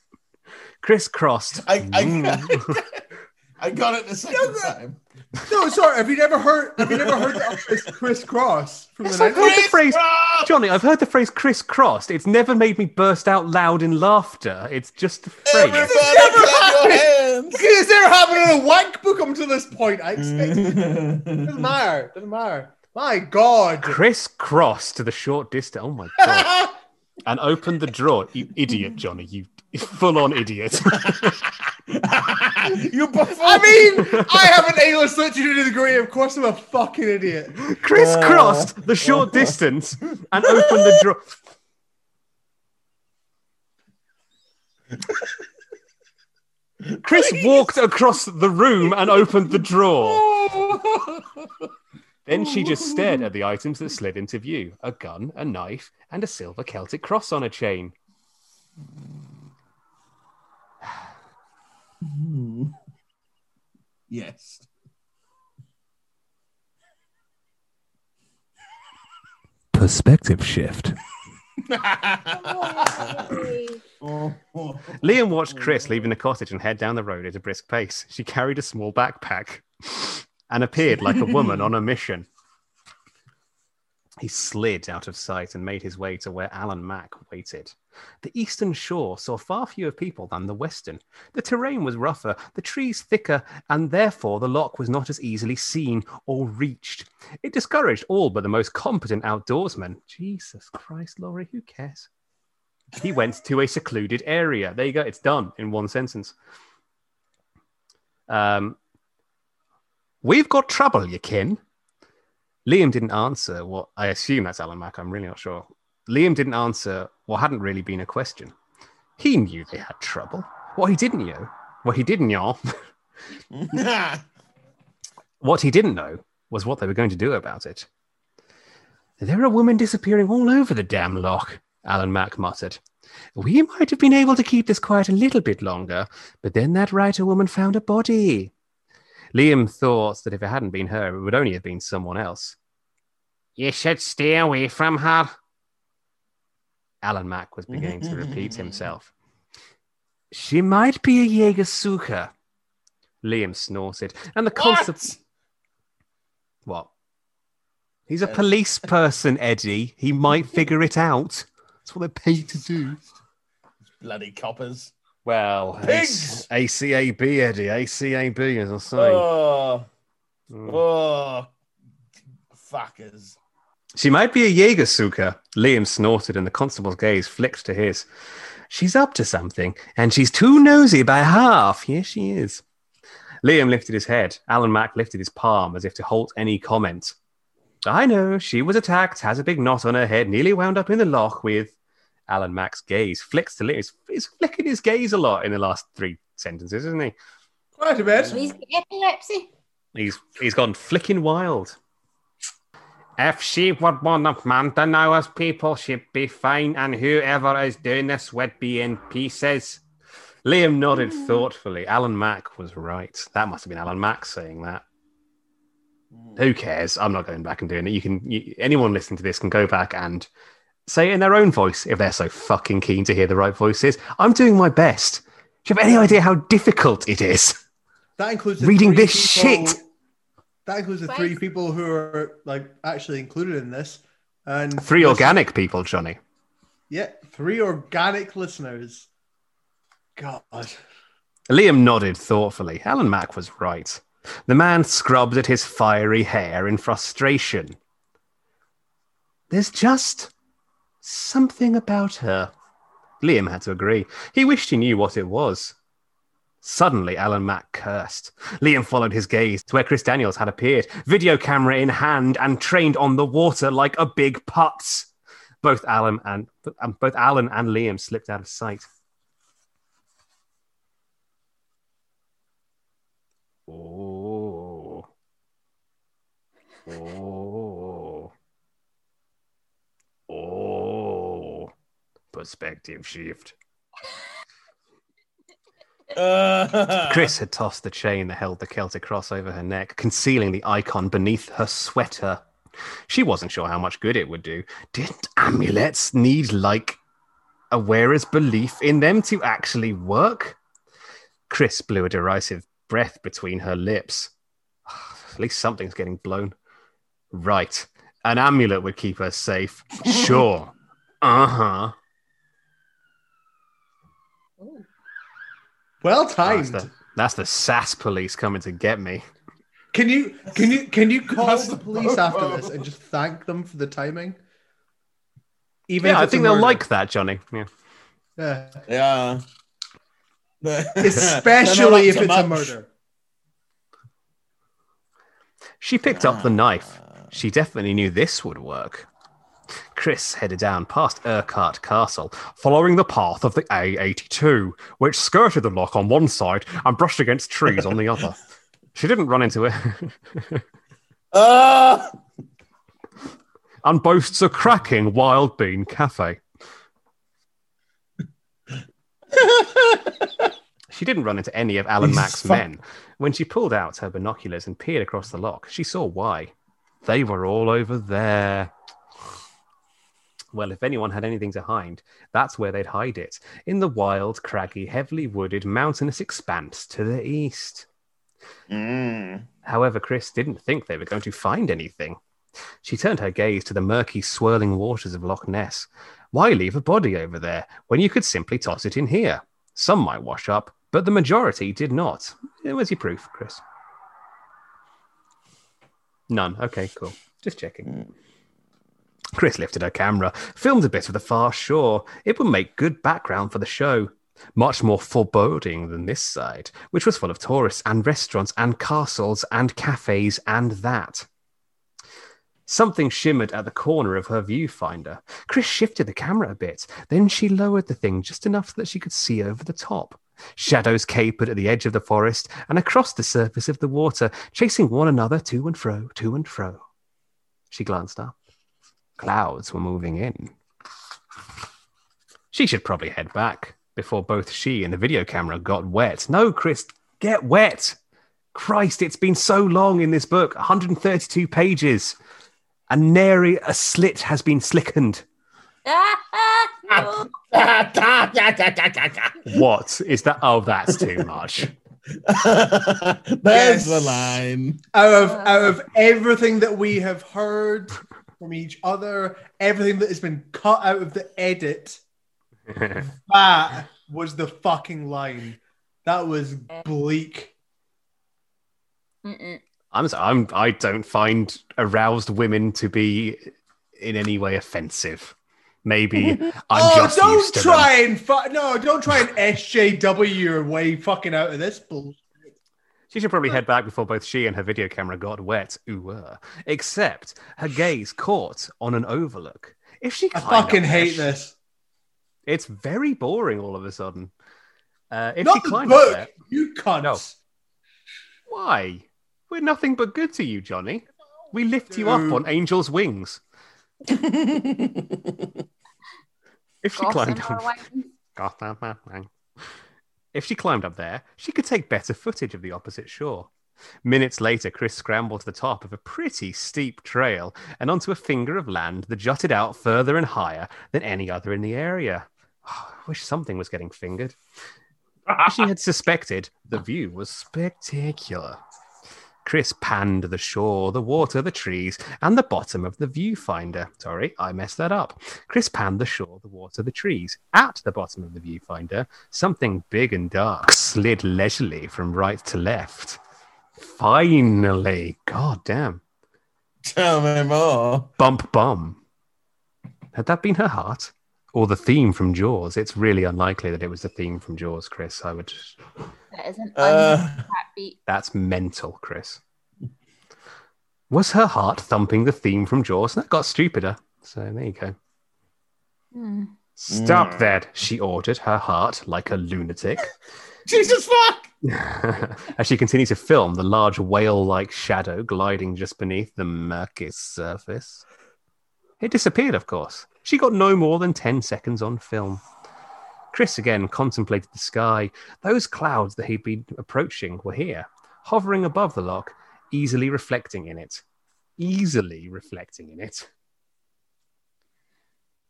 Chris crossed. I, Mm. I, I got it the second Doesn't- time. No, sorry. Have you never heard? Have you never heard of Chris, Chris Cross from It's the like- 90s? the phrase- Rock! Johnny, I've heard the phrase Chris crossed. It's never made me burst out loud in laughter. It's just a Everybody phrase. clap your Because they're having a wank book up to this point. I expect it doesn't hands. matter. Doesn't matter. My God. Chris crossed to the short distance. Oh my god! And opened the drawer. You idiot, Johnny. You full-on idiot. you buffoon. I mean, I have an English literature degree. Of course, I'm a fucking idiot. Chris crossed the short distance and opened the drawer. Chris walked across the room and opened the drawer. Then she just stared at the items that slid into view a gun, a knife, and a silver Celtic cross on a chain. yes. Perspective shift. Hey. Liam watched Chris leaving the cottage and head down the road at a brisk pace. She carried a small backpack and appeared like a woman on a mission. He slid out of sight and made his way to where Alan Mack waited. The eastern shore saw far fewer people than the western. The terrain was rougher, the trees thicker, and therefore the lock was not as easily seen or reached. It discouraged all but the most competent outdoorsmen. Jesus Christ, Laurie, who cares? He went to a secluded area. There you go. It's done in one sentence. Um, we've got trouble, you kin. Liam didn't answer what I assume that's Alan Mack. I'm really not sure. Liam didn't answer what hadn't really been a question. He knew they had trouble. What he didn't know, what he didn't know, what he didn't know was what they were going to do about it. There are women disappearing all over the damn lock, Alan Mack muttered. We might have been able to keep this quiet a little bit longer, but then that writer woman found a body. Liam thought that if it hadn't been her, it would only have been someone else. You should stay away from her. Alan Mack was beginning to repeat himself. Mm-hmm. She might be a Jägersucher. Liam snorted, and the constable. What? What? He's a police person, Eddie. He might figure it out. That's what they're paid to do. Bloody coppers. Well, Pigs! ACAB, Eddie. ACAB, as I say. Oh, Mm. oh, fuckers. She might be a Jägersucher. Liam snorted, and the constable's gaze flicked to his. She's up to something, and she's too nosy by half. Here she is. Liam lifted his head. Alan Mack lifted his palm as if to halt any comment. I know, she was attacked, has a big knot on her head, nearly wound up in the lock with. Alan Mack's gaze flicks to Liam. He's, he's flicking his gaze a lot in the last three sentences, isn't he? Quite a bit. Please get epilepsy. He's he's gone flicking wild. If she would want a man to know us people, she'd be fine, and whoever is doing this would be in pieces. Liam nodded thoughtfully. Alan Mack was right. That must have been Alan Mack saying that. Who cares? I'm not going back and doing it. You can you, anyone listening to this can go back and say it in their own voice if they're so fucking keen to hear the right voices. I'm doing my best. Do you have any idea how difficult it is? That includes the Reading three this people- shit. That includes the Right. three people who are like actually included in this, and Three this- organic people, Johnny. Yeah, three organic listeners. God, Liam nodded thoughtfully. Alan Mack was right. The man scrubbed at his fiery hair in frustration. There's just something about her. Liam had to agree. He wished he knew what it was. Suddenly, Alan Mack cursed. Liam followed his gaze to where Chris Daniels had appeared, video camera in hand and trained on the water like a big putt. Both Alan and um, both Alan and Liam slipped out of sight. Oh. Oh. Oh. Perspective shift. Uh, Chris had tossed the chain that held the Celtic cross over her neck, concealing the icon beneath her sweater. She wasn't sure how much good it would do. Didn't amulets need, like, a wearer's belief in them to actually work? Chris blew a derisive breath between her lips. At least something's getting blown. Right. An amulet would keep her safe. Sure. Uh huh. well That's timed. the, that's the SAS police coming to get me. Can you can you can you call That's the the police after profile. this and just thank them for the timing? Even Yeah, if I it's a think they'll murder. like that, Johnny. Yeah. Yeah. yeah. especially if it's a murder. She picked up the knife. She definitely knew this would work. Chris headed down past Urquhart Castle, following the path of the A82, which skirted the lock on one side and brushed against trees on the other. She didn't run into it, Uh, and boasts a cracking wild bean cafe. She didn't run into any of Alan Jesus Mack's fuck. men. When she pulled out her binoculars and peered across the lock, she saw why. They were all over there. Well, if anyone had anything to hide, that's where they'd hide it in the wild, craggy, heavily wooded, mountainous expanse to the east. mm. However, Chris didn't think they were going to find anything. She turned her gaze to the murky, swirling waters of Loch Ness. Why leave a body over there when you could simply toss it in here? Some might wash up, but the majority did not. Where's your proof, Chris? None. Okay, cool. Just checking. Chris lifted her camera, filmed a bit of the far shore. It would make good background for the show. Much more foreboding than this side, which was full of tourists and restaurants and castles and cafes and that. Something shimmered at the corner of her viewfinder. Chris shifted the camera a bit. Then she lowered the thing just enough so that she could see over the top. Shadows capered at the edge of the forest and across the surface of the water, chasing one another to and fro, to and fro. She glanced up. Clouds were moving in. She should probably head back before both she and the video camera got wet. No, Chris, get wet. Christ, it's been so long in this book 132 pages, and nary a slit has been slickened. Ah, ah, no. What is that? Oh, that's too much. There's Yes. the line. out of out of everything that we have heard from each other, everything that has been cut out of the edit, that was the fucking line. That was bleak. Mm-mm. I'm, so- I'm I don't find aroused women to be in any way offensive. Maybe I'm oh, just don't used to them. try and fu- no, don't try and SJW your way fucking out of this bullshit. She should probably head back before both she and her video camera got wet. Ooh, uh. except her gaze caught on an overlook. If she, I climbed up fucking there, hate she- this. It's very boring all of a sudden. Uh, if she Not the climbed up there, book, you cunts. No. why? We're nothing but good to you, Johnny. We lift you up Dude. on angels' wings. If she climbed Gossamer up, wine. Gotham. If she climbed up there, she could take better footage of the opposite shore. Minutes later, Chris scrambled to the top of a pretty steep trail and onto a finger of land that jutted out further and higher than any other in the area. I wish something was getting fingered. As she had suspected, the view was spectacular. Chris panned the shore, the water, the trees, and the bottom of the viewfinder. Sorry, I messed that up. Chris panned the shore, the water, the trees. At the bottom of the viewfinder, something big and dark slid leisurely from right to left. Finally, god damn. Tell me more. Bump bum. Had that been her heart? Or the theme from Jaws? It's really unlikely that it was the theme from Jaws, Chris. I would That is an Uh, unhappy beat. That's mental, Chris. Was her heart thumping the theme from Jaws? That got stupider. So there you go. Hmm. Stop Mm. that, she ordered, her heart like a lunatic. Jesus fuck! As she continued to film the large whale like shadow gliding just beneath the murky surface. It disappeared, of course. She got no more than 10 seconds on film. Chris again contemplated the sky. Those clouds that he'd been approaching were here, hovering above the lock, easily reflecting in it. Easily reflecting in it.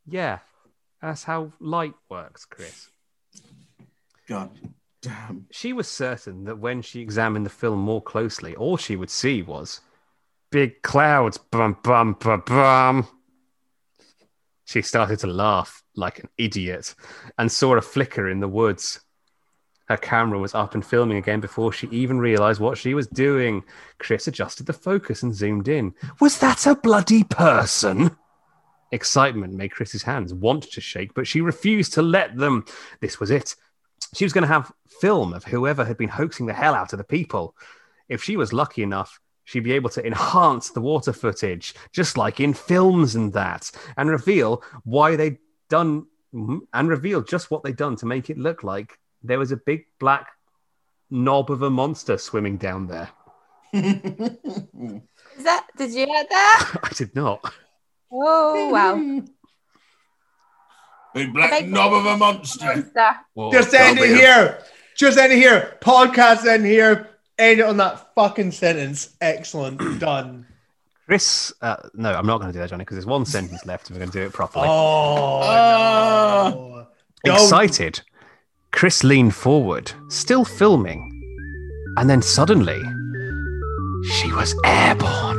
Yeah, that's how light works, Chris. God damn. She was certain that when she examined the film more closely, all she would see was big clouds. Bum, bum, bum, bum. She started to laugh like an idiot and saw a flicker in the woods. Her camera was up and filming again before she even realized what she was doing. Chris adjusted the focus and zoomed in. Was that a bloody person? Excitement made Chris's hands want to shake, but she refused to let them. This was it. She was going to have film of whoever had been hoaxing the hell out of the people. If she was lucky enough, she'd be able to enhance the water footage, just like in films and that, and reveal why they'd done mm-hmm, and reveal just what they'd done to make it look like there was a big black knob of a monster swimming down there. Is that? Did you hear that? I did not. Oh wow! Big I black think- knob of a monster. Monster. Just end it here. Just end it here. Podcast end here. End it on that fucking sentence. Excellent. Done. Chris, uh, no, I'm not going to do that, Johnny, because there's one sentence left and we're going to do it properly. Oh, Ah. no. Don't- Excited, Chris leaned forward, still filming, and then suddenly, she was airborne.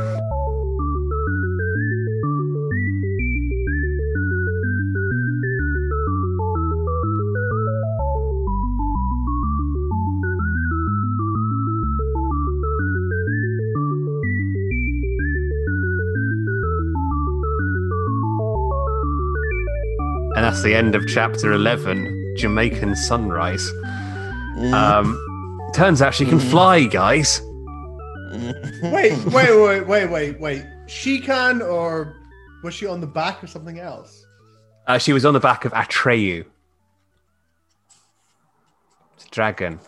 And that's the end of chapter 11 Jamaican Sunrise. Mm. Um, turns out she can fly, guys. Wait, wait, wait, wait, wait, wait. She can, or was she on the back of something else? Uh, she was on the back of Atreyu. It's a dragon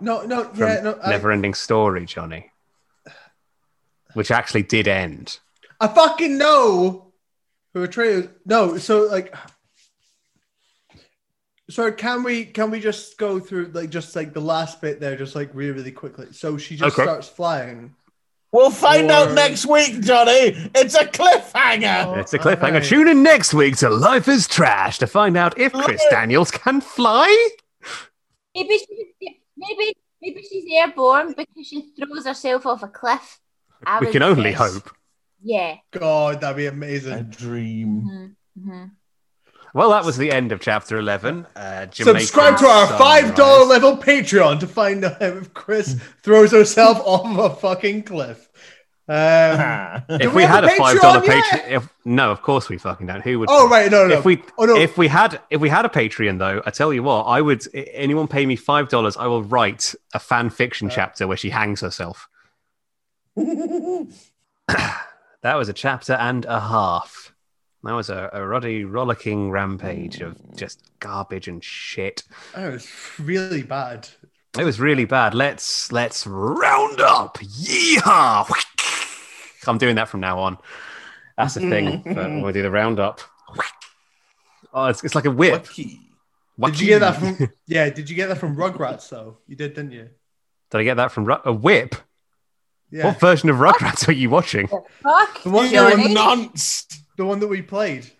No, no, from yeah, no. I, Never Ending Story, Johnny. Which actually did end. I fucking know who Atreus. No, so like, So can we can we just go through like just like the last bit there, just like really really quickly? So she just Okay. starts flying. We'll find Or- out next week, Johnny. It's a Oh. cliffhanger. It's a cliffhanger. alright. Tune in next week to Life is Trash to find out if Chris Daniels can fly. Maybe she's maybe maybe she's airborne because she throws herself off a cliff. I We would can only guess. hope. Yeah. God, that'd be A amazing. dream. hmm Well, that was the end of chapter 11. Uh, Jamaican Subscribe to our five dollar Sunrise. level Patreon to find out if Chris throws herself off a fucking cliff. Um, Ah. Do If we we have had a a five dollar Patreon yet? Patreon, if no, of course we fucking don't. Who would? oh right, no, no, If we oh no, if we had if we had a Patreon though, I tell you what, I would. i- Anyone pay me five dollars, I will write a fan fiction Uh. chapter where she hangs herself. That was a chapter and a half. That was a, a ruddy, rollicking rampage of Mm. just garbage and shit. that was Oh, really bad. It was really bad. Let's let's round up. Yeehaw! I'm doing that from now on. That's the thing. but we'll do the roundup. Oh, it's, it's like a whip. Lucky. Did you get that from? yeah, did you get that from Rugrats though? You did, didn't you? Did I get that from Ru- a whip? Yeah, What version of Rugrats are you watching? Fuck. The one- You're a Johnny. nonce. the one that we played.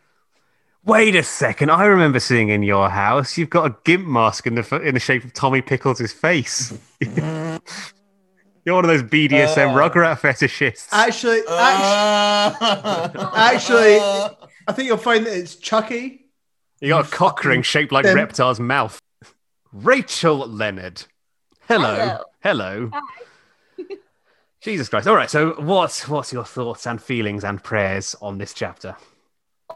Wait a second. I remember seeing in your house. You've got a gimp mask in the f- in the shape of Tommy Pickles' face. You're one of those BDSM Uh. Rugrat fetishists. Actually, actually, Actually, Actually- I think you'll find that it's Chucky. You got a cock ring shaped like Then- Reptar's mouth. Rachel Leonard. Hello. Hello. Hello. Jesus Christ. All right. So, what's what's your thoughts and feelings and prayers on this chapter?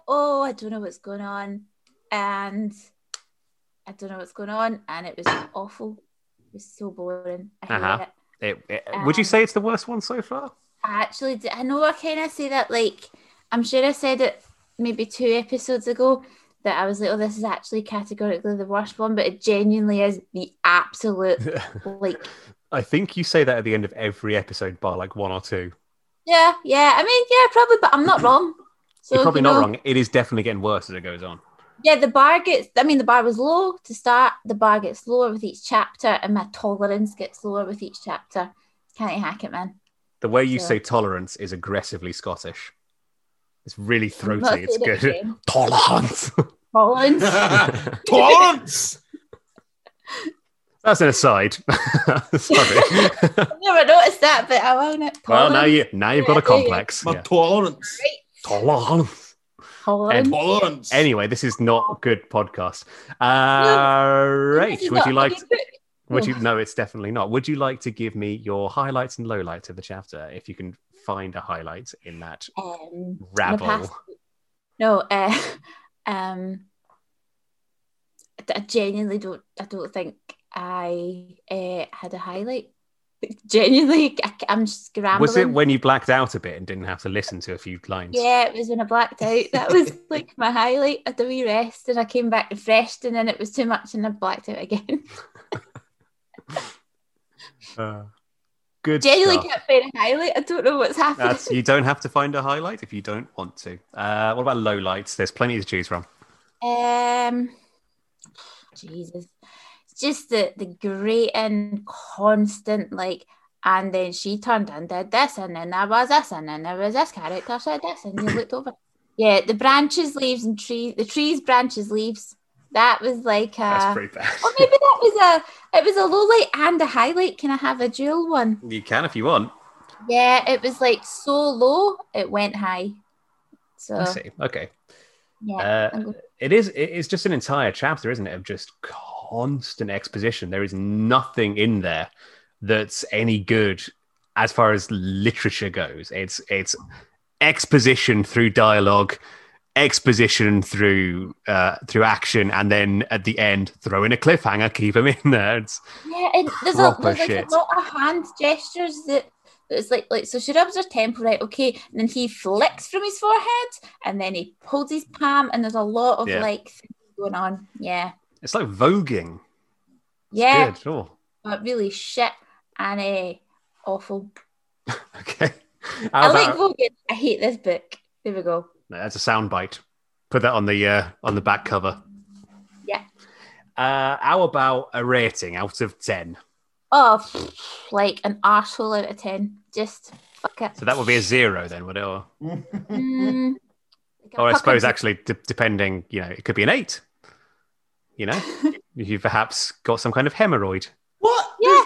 oh, I don't know what's going on. And I don't know what's going on. And it was awful. It was so boring. I hate Uh-huh. it. It, it- would you Um, say it's the worst one so far? I actually did. I know I kind of say that, like, I'm sure I said it maybe two episodes ago that I was like, oh, this is actually categorically the worst one, but it genuinely is the absolute, like, I think you say that at the end of every episode, bar like one or two. yeah, yeah. I mean, yeah, probably, but I'm not wrong. Mm-hmm. So, You're probably you not know, wrong. It is definitely getting worse as it goes on. Yeah, the bar gets, I mean, the bar was low to start, the bar gets lower with each chapter, and my tolerance gets lower with each chapter. Can't you hack it, man? The way you Yeah. say tolerance is aggressively Scottish. It's really I'm throaty. not It's saying it good. again. Tolerance. Tolerance. Torrance. That's an aside. Sorry. I've never noticed that, but I own it. Well, now Tolerance. you now you've got a Yeah, yeah, yeah. complex. My Yeah. tolerance. Tolerance. Tolerance. Tolerance. Anyway, this is not good podcast. Uh, This Rach, is would not you like? fucking good. Would you? No, it's definitely not. Would you like to give me your highlights and lowlights of the chapter, if you can find a highlight in that um, the rabble? past- No, uh, um, I- I genuinely don't. I don't think I uh, had a highlight. Genuinely, I, am scrambling. Was it when you blacked out a bit and didn't have to listen to a few lines? Yeah, it was when I blacked out. That was like my highlight. I had a wee rest, and I came back refreshed, and then it was too much, and I blacked out again. Uh, good. genuinely stuff. can't find a highlight. I don't know what's happening. That's, you don't have to find a highlight if you don't want to. Uh, what about lowlights? There's plenty to choose from. Um, Jesus, It's just the the great and constant like, and then she turned and did this, and then there was this, and then there was this character said this, and you looked over. Yeah, the branches, leaves, and trees. The trees, branches, leaves. That was like That's a. pretty bad. Or maybe that was a. It was a low light and a highlight. Can I have a dual one? you can if you want. Yeah, it was like so low, it went high. So I see. Okay. yeah, Uh, Oh, I'm go- it is it is just an entire chapter isn't it of just constant exposition there is nothing in there that's any good as far as literature goes it's it's exposition through dialogue exposition through uh, through action and then at the end throw in a cliffhanger keep them in there it's, Yeah, and there's, a, Proper there's like shit. a lot of hand gestures that it's like like so she rubs her temple right, okay, and then he flicks from his forehead, and then he holds his palm, and there's a lot of Yeah. like things going on. Yeah, it's like voguing yeah, good oh, but really shit and eh, awful. okay How I about- like Vogan. I hate this book. There we go. That's a soundbite. Put that on the uh, on the back cover. Yeah. Uh, how about a rating out of 10? Oh, pff, like an arsehole out of 10. Just fuck it. So that would be a zero then, would it? Or, Mm, like a or Oh, I fucking- suppose actually, de- depending, you know, it could be an eight. You know, if you perhaps got some kind of hemorrhoid. What? Yeah.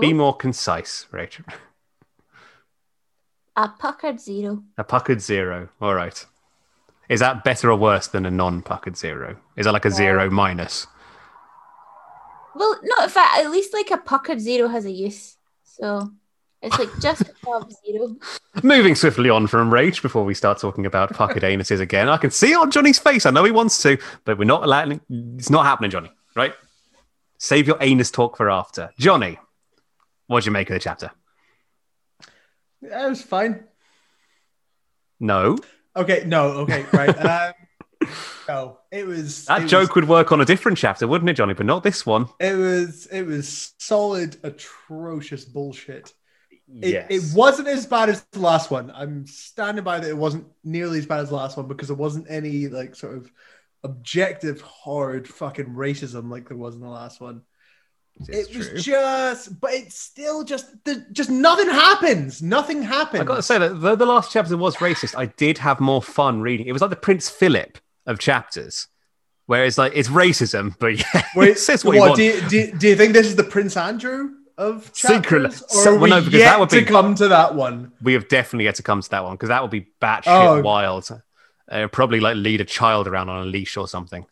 Be Oh. more concise, Rachel. A puckered zero. A puckered zero. All right. Is that better or worse than a non-puckered zero? Is that like a zero minus? Well, not if I, at least like a puckered zero has a use. So it's like just above zero. Moving swiftly on from rage before we start talking about puckered anuses again. I can see on Johnny's face. I know he wants to, but we're not allowing. It's not happening, Johnny. Right? Save your anus talk for after. Johnny, what'd you make of the chapter? Yeah, it was fine. No, Okay, no, okay, right. um, no, it was that it was- joke would work on a different chapter, wouldn't it, Johnny? But not this one. it was it was solid, atrocious bullshit. It, it wasn't as bad as the last one. I'm standing by that it wasn't nearly as bad as the last one because there wasn't any like sort of objective hard fucking racism like there was in the last one. It's it was just but it's still just the, just nothing happens. Nothing happens. I got to say that though the last chapter was racist, I did have more fun reading. It was like the Prince Philip of chapters, where it's like it's racism, but yeah, it says what, you want. Do you, do, you- do you think this is the Prince Andrew of Secret- chapters, or so- are well, we no, because that yet would to be- come to that one? we have definitely yet to come to that one because that would be batshit Oh. wild. Uh, probably like lead a child around on a leash or something.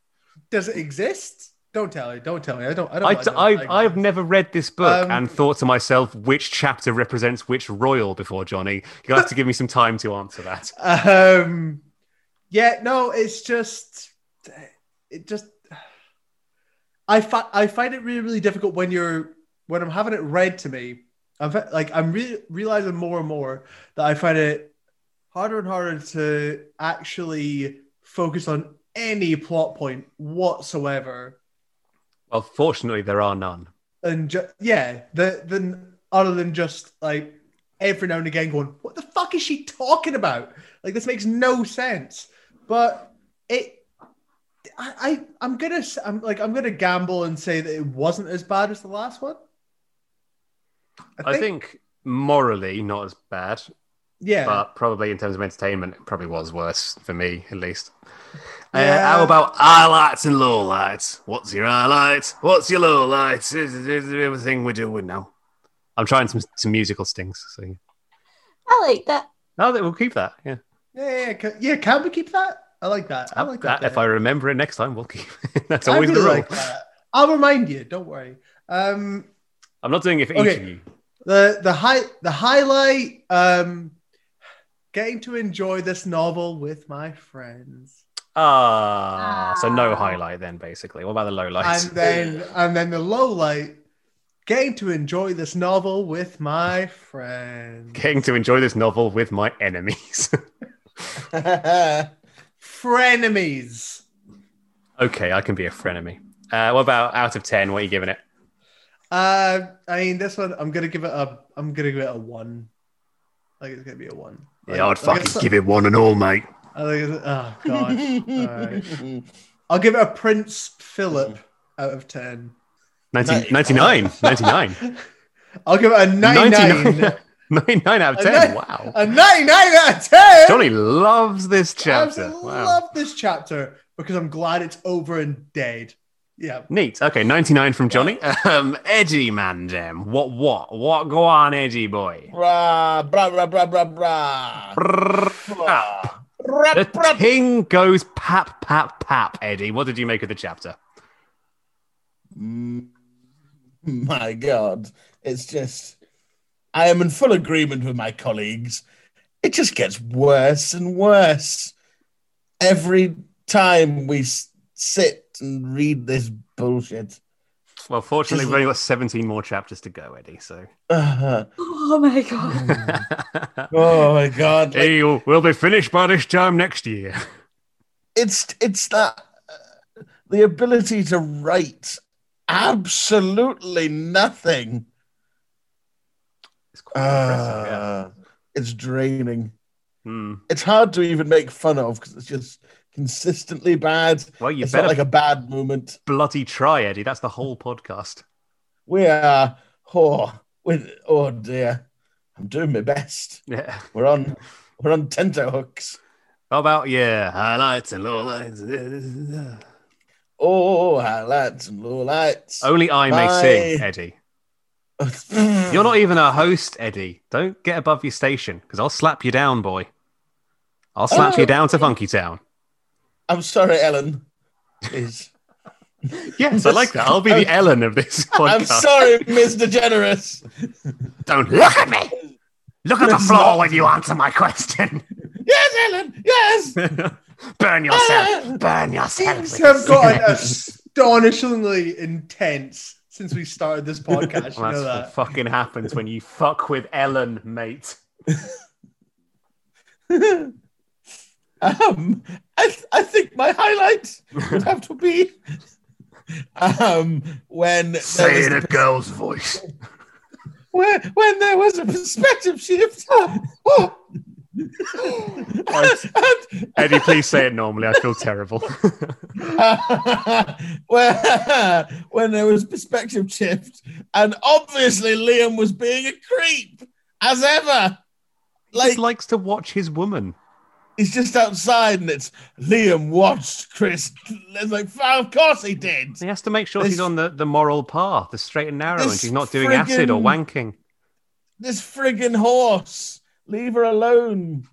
Does it exist? Don't tell me. Don't tell me. I don't. I don't. I, don't- I, have never read this book Um, and thought to myself which chapter represents which royal before Johnny. You have to give me some time to answer that. Um. Yeah. No. It's just. It just. I find I find it really really difficult when you're when I'm having it read to me. I'm fi- like I'm re- realizing more and more that I find it harder and harder to actually focus on any plot point whatsoever Well, fortunately, there are none. and ju- yeah, the than other than just like every now and again going, what the fuck is she talking about? Like this makes no sense. But it, I, I I'm gonna s- I'm like I'm gonna gamble and say that it wasn't as bad as the last one. I think, morally, not as bad, yeah. but probably in terms of entertainment, it probably was worse for me, at least. Uh, Yeah. how about highlights and lowlights? What's your highlights? What's your lowlights? This is this is everything we're doing now. I'm trying some, some musical stings. So yeah. I like that. no, that- we'll keep that. Yeah, yeah, yeah, yeah, can, yeah. Can we keep that? I like that. I like that. If I remember it next time, we'll keep. It. That's I always really the rule. like that. I'll remind you. Don't worry. Um, I'm not doing it for each Okay. of you. the the high the highlight um getting to enjoy this novel with my friends Ah, so no Ah. highlight then, basically. What about the and lowlights? then and then the low light getting to enjoy this novel with my friends Getting to enjoy this novel with my enemies. frenemies okay, I can be a frenemy. Uh, what about out of ten? What are you giving it? uh i mean this one i'm gonna give it a i'm gonna give it a one like it's gonna be a one Yeah, I'd Like, like it's- fucking give it one and all, mate. I think it's, oh gosh Alright. i'll give it a prince philip out of 10 19, 99. 99. i'll give it a 99 99 out of 10. Nine- wow. A 99 out of 10. Johnny loves this I chapter. absolutely Wow. love this chapter because I'm glad it's over and dead. Yeah. Neat. Okay, 99 from Johnny. Um, edgy man, Jim. What, what? What? Go on, edgy boy. Bra, bra, bra, bra, bra, bra. Brrrr. Bra. Bra, The bra. king goes pap, pap, pap, Eddie. What did you make of the chapter? Mm, My God. It's just, I am in full agreement with my colleagues. It just gets worse and worse. Every time we s- sit and read this bullshit. Well, fortunately, Just- we've only got 17 more chapters to go, Eddie. So. Uh, Oh my god. oh, my God. Like, Hey, we'll be finished by this time next year. Uh, it's it's that uh, the ability to write absolutely nothing. It's quite impressive. Yeah. Ah, Uh, It's draining. Hmm. It's hard to even make fun of because it's just consistently bad. Well, you it's better not like a bad moment. bloody try, Eddie. That's the whole podcast. We are, oh, with oh dear, I'm doing my best. Yeah. We're on, we're on tenterhooks. How about yeah, highlights and lowlights? Oh, highlights and low lights. Only I may Bye. sing, Eddie. Oh, You're not even a host, Eddie. Don't get above your station, because I'll slap you down, boy. I'll slap Oh. you down to Funky Town. I'm sorry, Ellen. Is Yes, I like that. I'll be the Ellen of this podcast. I'm sorry, Mr. Generous. Don't look at me. Look at the It's floor not- when you answer my question. Yes, Ellen. Yes. Burn yourself. Burn yourself. Things have gotten astonishingly intense since we started this podcast. You Well, know that's that. what fucking happens when you fuck with Ellen, mate. um, I, th- I think my highlight would have to be um, when there Say was, it in a girl's voice. when, when there was a perspective shift. And- Eddie, please say it normally. I feel terrible. when, when there was perspective shift, and obviously Liam was being a creep as ever. He Like likes to watch his woman. he's just outside, and it's Liam watched Chris. It's like, of course he did. He has to make sure This- she's on the, the moral path, the straight and narrow, and this she's not doing acid or friggin- wanking. This friggin' horse. Leave her alone,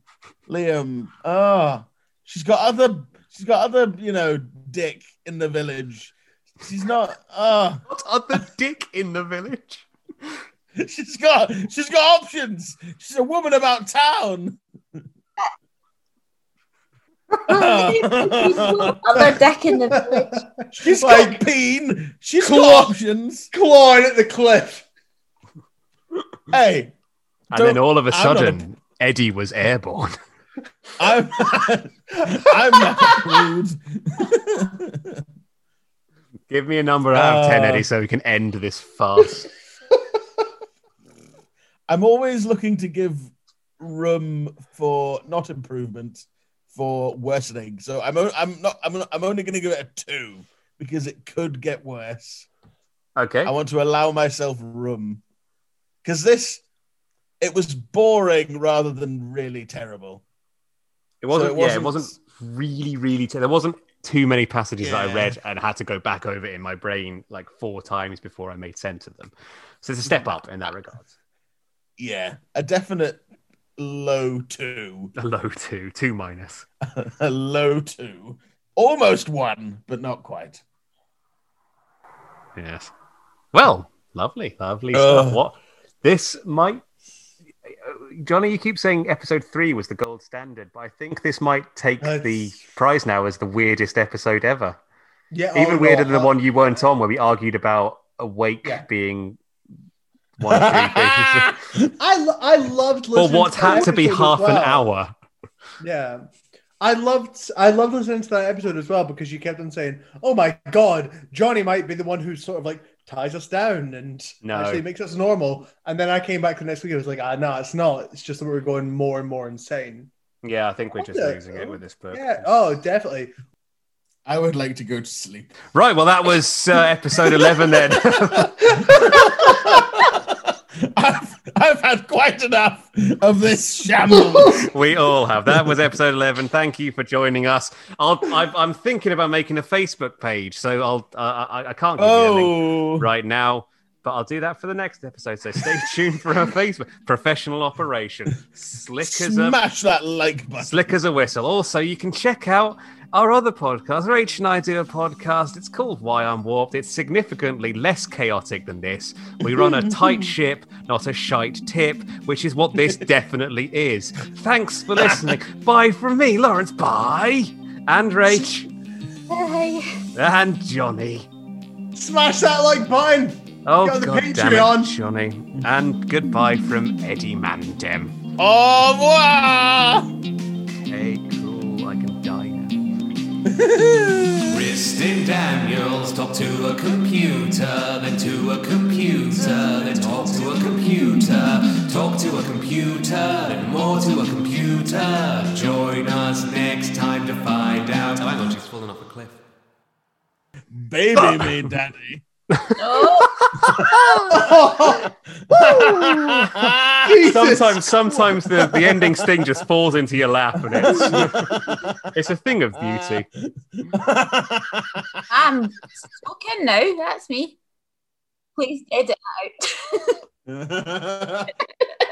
Liam. Ah, she's got other. She's got other. You know, dick in the village. She's not. Ah, What other dick in the village? she's got. She's got options. She's a woman about town. Other dick in the village. She's Like- got peen. She's Claw- got options. Clawing at the cliff. Hey, And Don't- then all of a I'm not a- sudden, Eddie was airborne. I'm. I'm not rude. Give me a number out of 10, Uh, Eddie, so we can end this fast. I'm always looking to give room for not improvement, for worsening. So I'm o- I'm not I'm, I'm only going to give it a two because it could get worse. Okay. I want to allow myself room because this it was boring rather than really terrible. It wasn't, it yeah, it wasn't- wasn't really, really. T- there wasn't too many passages that I Yeah. read and had to go back over in my brain like four times before I made sense of them. So it's a step up in that regard. Yeah, a definite low two, A low two, two minus. a low two, almost one, but not quite. Yes. Well, lovely, lovely Ugh. stuff. What this might. Johnny, you keep saying episode three was the gold standard, but I think this might take That's- the prize now as the weirdest episode ever. Yeah, Even oh, weirder no, than the uh, one you weren't on, where we argued about awake Yeah. being one of three things. I, lo- I loved Or listening. what that had to be episode as half an well. hour. Yeah. I loved I loved listening to that episode as well because you kept on saying, "Oh my God, Johnny might be the one who sort of like ties us down and No. actually makes us normal." And then I came back the next week and was like, "Ah, no, it's not. It's just that we're going more and more insane." Yeah, I think we're just Yeah. losing it with this book. Yeah. Oh, definitely. I would like to go to sleep. Right, well, that was uh, episode 11 then. I've, I've had quite enough of this shambles. we all have. That was episode 11. Thank you for joining us. I'll, I've, I'm thinking about making a Facebook page, so I'll, uh, I, I can't give you a link oh, right now, but I'll do that for the next episode. So stay tuned for our Facebook professional operation. Slick as a smash that like button. Slick as a whistle. Also, you can check out our other podcast. Rach and I do a podcast. It's called Why I'm Warped. It's significantly less chaotic than this. We run a tight ship, not a shite tip, which is what this definitely is. Thanks for listening. Bye from me, Lawrence. Bye. And Rach. Bye. And Johnny. Smash that like button. Oh, Go on the God damn it, Patreon. Johnny. And goodbye from Eddie Mandem. Au revoir. Hey, cool. I can die now. Wrist in Daniels, talk to a computer, then to a computer, then talk to a computer, Talk to a computer and more to a computer. Join us next time to find out. Oh, hang on, she's fallen off a cliff. Baby me, daddy. Oh, Sometimes, sometimes the, the ending sting just falls into your lap, and it's it's a thing of beauty. I'm spoken now. That's me. Please edit that out.